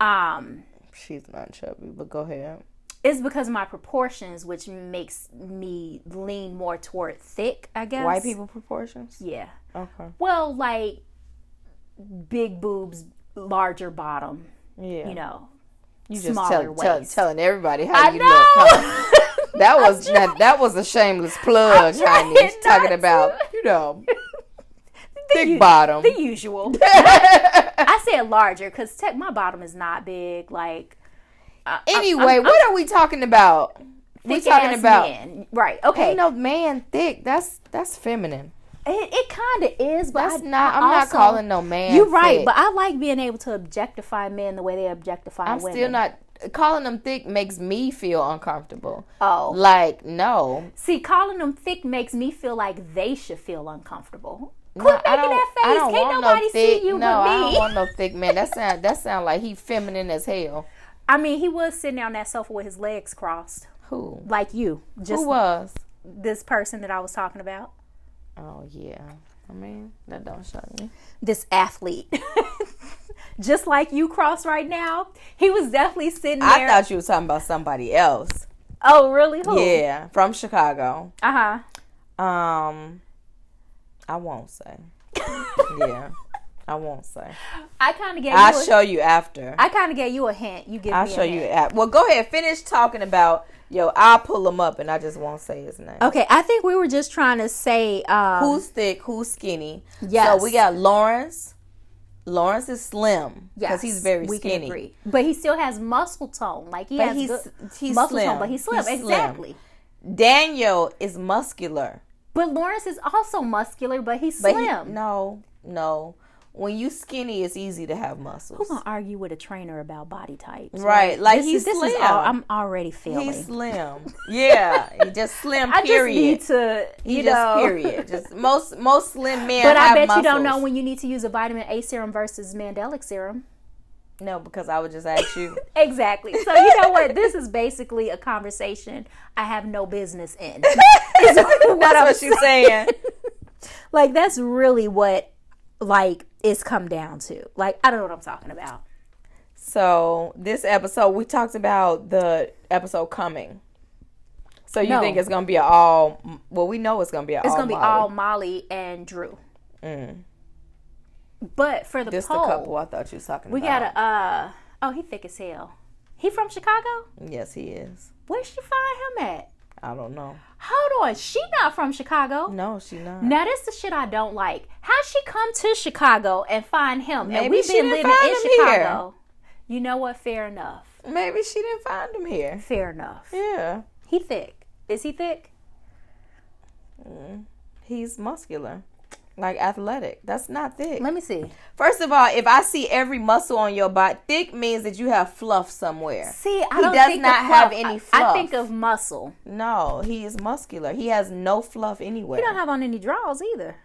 Um,
She's not chubby, but go ahead.
it's because of my proportions, which makes me lean more toward thick. I guess
White people proportions.
Yeah.
Okay.
Well, like big boobs, larger bottom.
Yeah.
You know.
You just
smaller
tell, tell,
waist.
telling everybody how
I
you
know.
look. huh? That was that, that was a shameless plug,
trying
honey. She's
not
Talking
to.
about you know thick
u-
bottom.
the usual. I said larger because tech my bottom is not big. Like
anyway, what are we talking about? We
thick
talking
ass
about
men. right? Okay.
ain't no man thick. That's that's feminine.
It, it kind of is, but
That's
I,
not.
I
I'm not
also-
calling no man.
You right,
thick.
but I like being able to objectify men the way they objectify
I'm
women.
still not calling them thick. Makes me feel uncomfortable.
Oh,
Like no,
see, calling them thick makes me feel like they should feel uncomfortable.
No,
Quit
I
making
don't-
that face.
I don't
Can't
want
nobody
no thick.
see you
no,
but me.
I don't want no thick man. That sound that sound like he feminine as hell.
I mean, he was sitting on that sofa with his legs crossed,
Who?
like you, just
Who was?
this person that I was talking about,
Oh yeah. I mean, that don't shock me.
this athlete. Just like you cross right now, he was definitely sitting
I
there.
thought you was talking about somebody else.
oh, really? Who?
Yeah, from Chicago.
Uh huh.
Um, I won't say. yeah, I won't say.
I kind of gave. you
I'll
a-
show you after.
I kind of gave you a hint. You give
I'll
me a
show you
hint.
after. Well, go ahead. Finish talking about yo. I'll pull him up, and I just won't say his name.
Okay, I think we were just trying to say um,
Who's thick? Who's skinny?
Yes.
So we got Lawrence. Lawrence is slim
yes,
because he's very
we
skinny.
Can agree. But he still has muscle tone. Like he
But
has
he's
good
he's
muscle
slim.
tone, but he's slim.
He's slim.
exactly.
Daniel is muscular.
But Lawrence is also muscular, but he's
But he-
slim.
no, no. When you skinny, it's easy to have muscles.
I'm gonna argue with a trainer about body types.
Right, like
This,
he's
is, this is
slim.
all I'm already feeling.
He's slim. Yeah, he just slim.
I just
Period.
need to, you
he
know.
just period. Just most most slim men.
But I
have
bet you
muscles.
don't know when you need to use a vitamin A serum versus Mandelic serum.
No, because I would just ask you.
Exactly. So you know what? This is basically a conversation I have no business in. Is what I'm
That's what you're saying.
like that's really what like it's come down to. Like I don't know what I'm talking about.
So this episode, we talked about the episode coming. So you
No.
think it's gonna be an all? Well, we know it's gonna be an
It's
all. Mm.
gonna be all Molly and Drew. But for the
Just
poll,
the couple I thought you was talking
Oh. we
about.
gotta uh oh he thick as hell. He from Chicago?
Yes, he is.
Where'd she find him at?
I don't know.
Hold on, she not from Chicago.
No, she not.
Now that's the shit I don't like. How she come to Chicago and find him?
Maybe
and we've
she
been
didn't
living in
find him
Chicago. You know what? Fair enough.
Maybe she didn't find him here.
Fair enough.
Yeah.
He thick. Is he thick?
He's muscular, like athletic. That's not thick.
Let me see.
First of all, if I see every muscle on your body, thick means that you have fluff somewhere.
See, I
He
don't
does
think
not
of
have
fluff.
any
I- I
fluff.
think of muscle.
No, he is muscular. He has no fluff anywhere.
He don't have on any drawers either.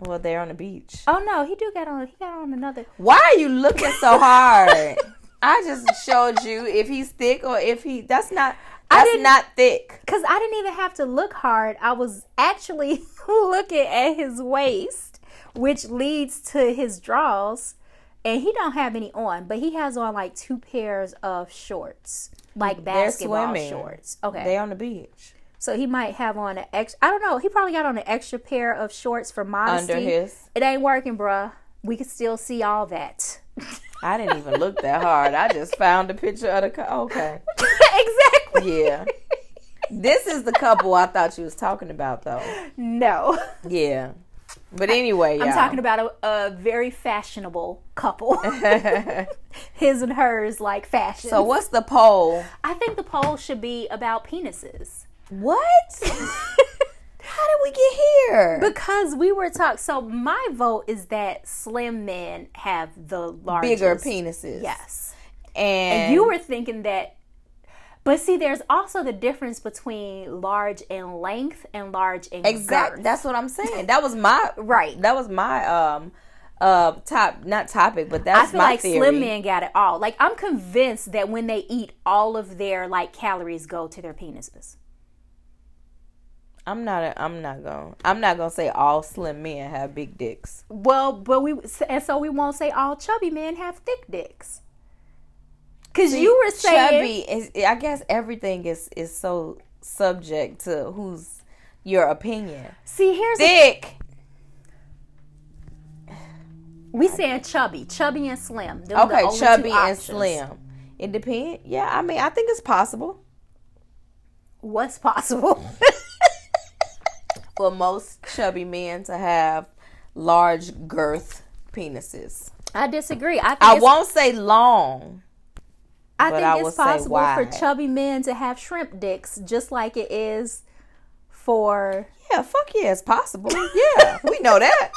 well, they're on the beach.
Oh no, he do got on. He got on another.
Why are you looking so hard? I just showed you if he's thick or if he. That's not.
I
That's
didn't-
not thick.
Cause I didn't even have to look hard. I was actually looking at his waist, which leads to his drawers, and he don't have any on, but he has on like two pairs of shorts, like basketball
swimming.
shorts. Okay,
They on the beach
so he might have on an extra. I don't know. He probably got on an extra pair of shorts for modesty.
under his.
It ain't working, bruh. We can still see all that.
I didn't even look that hard. I just found a picture of the. Co- okay.
exactly.
Yeah. This is the couple I thought you was talking about though.
No.
Yeah. But anyway,
I'm talking about a, a very fashionable couple. His and hers, like fashion.
so what's the poll?
I think the poll should be about penises.
What? How did we get here?
because we were talking, so my vote is that slim men have the largest.
bigger penises.
Yes.
And,
You were thinking that, but see, there's also the difference between large in length and large in
exactly
girth.
that's what I'm saying. That was my
Right.
That was my um uh top not topic, but
I
that's
feel
my
like
theory.
slim men got it all. Like I'm convinced that when they eat, all of their like calories go to their penises.
I'm not. A, I'm not going. I'm not going to say all slim men have big dicks.
Well, but we and so we won't say all chubby men have thick dicks. Cause you were saying
chubby is. I guess everything is is so subject to who's your opinion.
See, here's the
Thick.
we saying chubby, chubby and slim. Them the
Okay,
only two
chubby and
options.
slim. It depends. Yeah, I mean, I think it's possible
What's possible?
for most chubby men to have large girth penises.
I disagree. I think
I
it's,
won't say long.
I
but
think
I will
it's
say
possible for
wide.
chubby men to have shrimp dicks, just like it is for
Yeah, fuck yeah, it's possible. Yeah, we know that.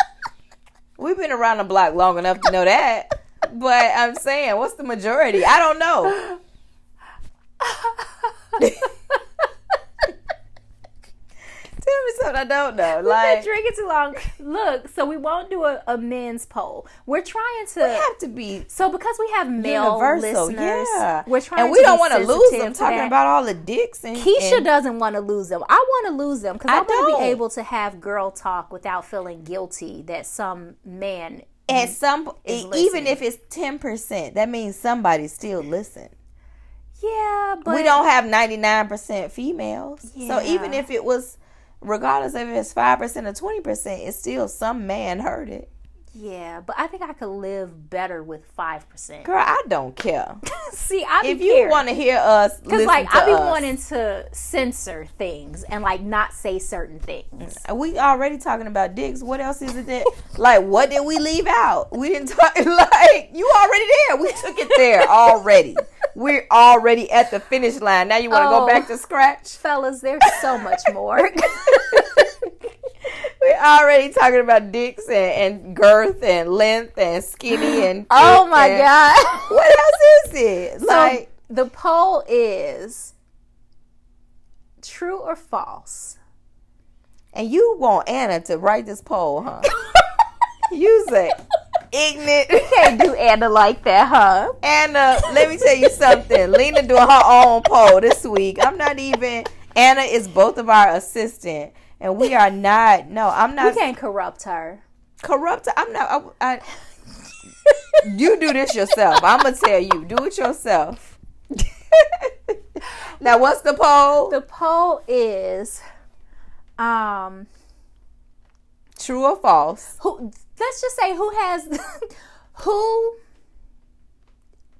We've been around the block long enough to know that. But I'm saying, what's the majority? I don't know. Tell me something I don't know.
We've been
Like,
drinking too long. Look, so we won't do a, a men's poll. We're trying to.
you have to be
so because we have male
universal.
listeners,
Yeah.
we're trying.
and we
to
don't
want to
lose them talking about all the dicks and
Keisha
and-
doesn't want to lose them. I want to lose them because
I
I, want to
don't.
be able to have girl talk without feeling guilty that some man.
at some e- even
listening.
if it's 10%, that means somebody still listen.
Yeah, but
we don't have 99% females. So even
Yeah.
if it was, regardless if it's 5% or 20%, it's still some man heard it.
Yeah, but I think I could live better with five percent.
Girl, I don't care.
See, I be
If you
caring.
want to hear us,
Cause
listen
like
to
I be
us.
wanting to censor things and like not say certain things.
We already talking about dicks. What else is it that, like, what did we leave out? We didn't talk, like, you already there. We took it there already. We're already at the finish line. Now you want to
Oh.
go back to scratch?
Fellas, there's so much more.
We're already talking about dicks and, and girth and length and skinny and.
oh
thick
my
and-
god.
What else is it? Like,
so the poll is true or false.
and you want Anna to write this poll, huh? Use it. Ignorant.
Can't do Anna like that, huh?
Anna, let me tell you something. Lena doing her own poll this week. I'm not even. Anna is both of our assistant, and we are not. No, I'm
You
not
can't corrupt her.
corrupt. I'm not. I, I, you do this yourself. I'm gonna tell you. Do it yourself. now, what's the poll?
The poll is um
True or false?
who let's just say who has who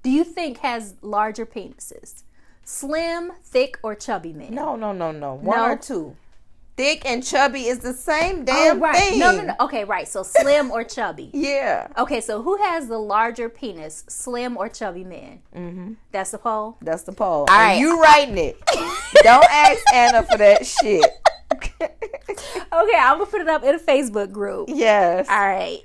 do you think has larger penises? Slim, thick, or chubby men?
No, no, no, no. One
No.
or two. Thick and chubby is the same
Oh,
damn
right.
thing.
No, no, no. Okay, right. So slim or chubby.
Yeah,
Okay, so who has the larger penis, slim or chubby man? Mm-hmm. That's the poll.
that's the poll.
right.
And You writing it? Don't ask Anna for that shit.
Okay, I'm gonna put it up in a Facebook group.
Yes.
All right.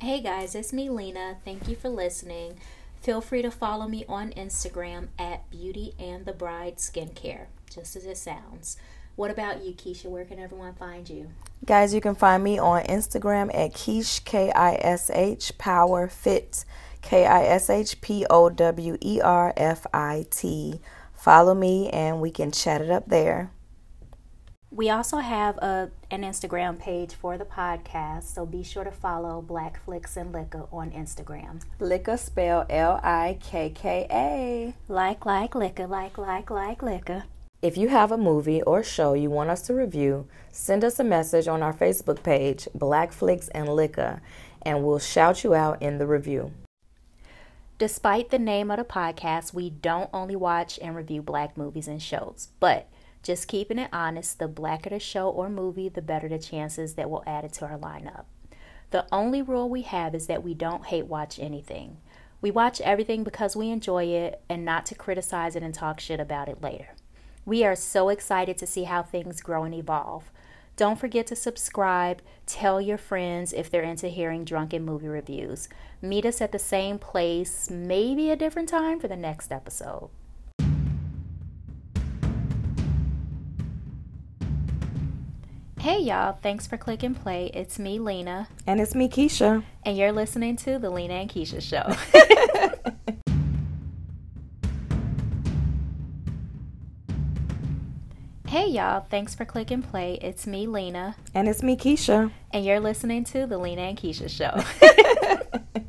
hey guys, it's me, Lena. Thank you for listening. Feel free to follow me on Instagram at Beauty and the Bride Skincare, just as it sounds. What about you, Keisha? Where can everyone find you?
Guys, you can find me on Instagram at Keish K I S H Power Fit K I S H P O W E R F I T. Follow me and we can chat it up there.
We also have a, an Instagram page for the podcast, so be sure to follow Black Flicks and Liquor on Instagram.
Liquor spell L I K K A.
Like, like, liquor, like, like, like, liquor.
If you have a movie or show you want us to review, send us a message on our Facebook page, Black Flicks and Liquor, and we'll shout you out in the review.
Despite the name of the podcast, we don't only watch and review black movies and shows, but just keeping it honest, the blacker the show or movie, the better the chances that we'll add it to our lineup. The only rule we have is that we don't hate watch anything. We watch everything because we enjoy it and not to criticize it and talk shit about it later. We are so excited to see how things grow and evolve. Don't forget to subscribe. Tell your friends if they're into hearing drunken movie reviews. Meet us at the same place, maybe a different time for the next episode. Hey y'all, thanks for click and play. It's me, Lena,
And it's me, Keisha.
and you're listening to The Lena and Keisha Show. hey y'all, thanks for click and play. It's me, Lena,
And it's me, Keisha.
and you're listening to The Lena and Keisha Show.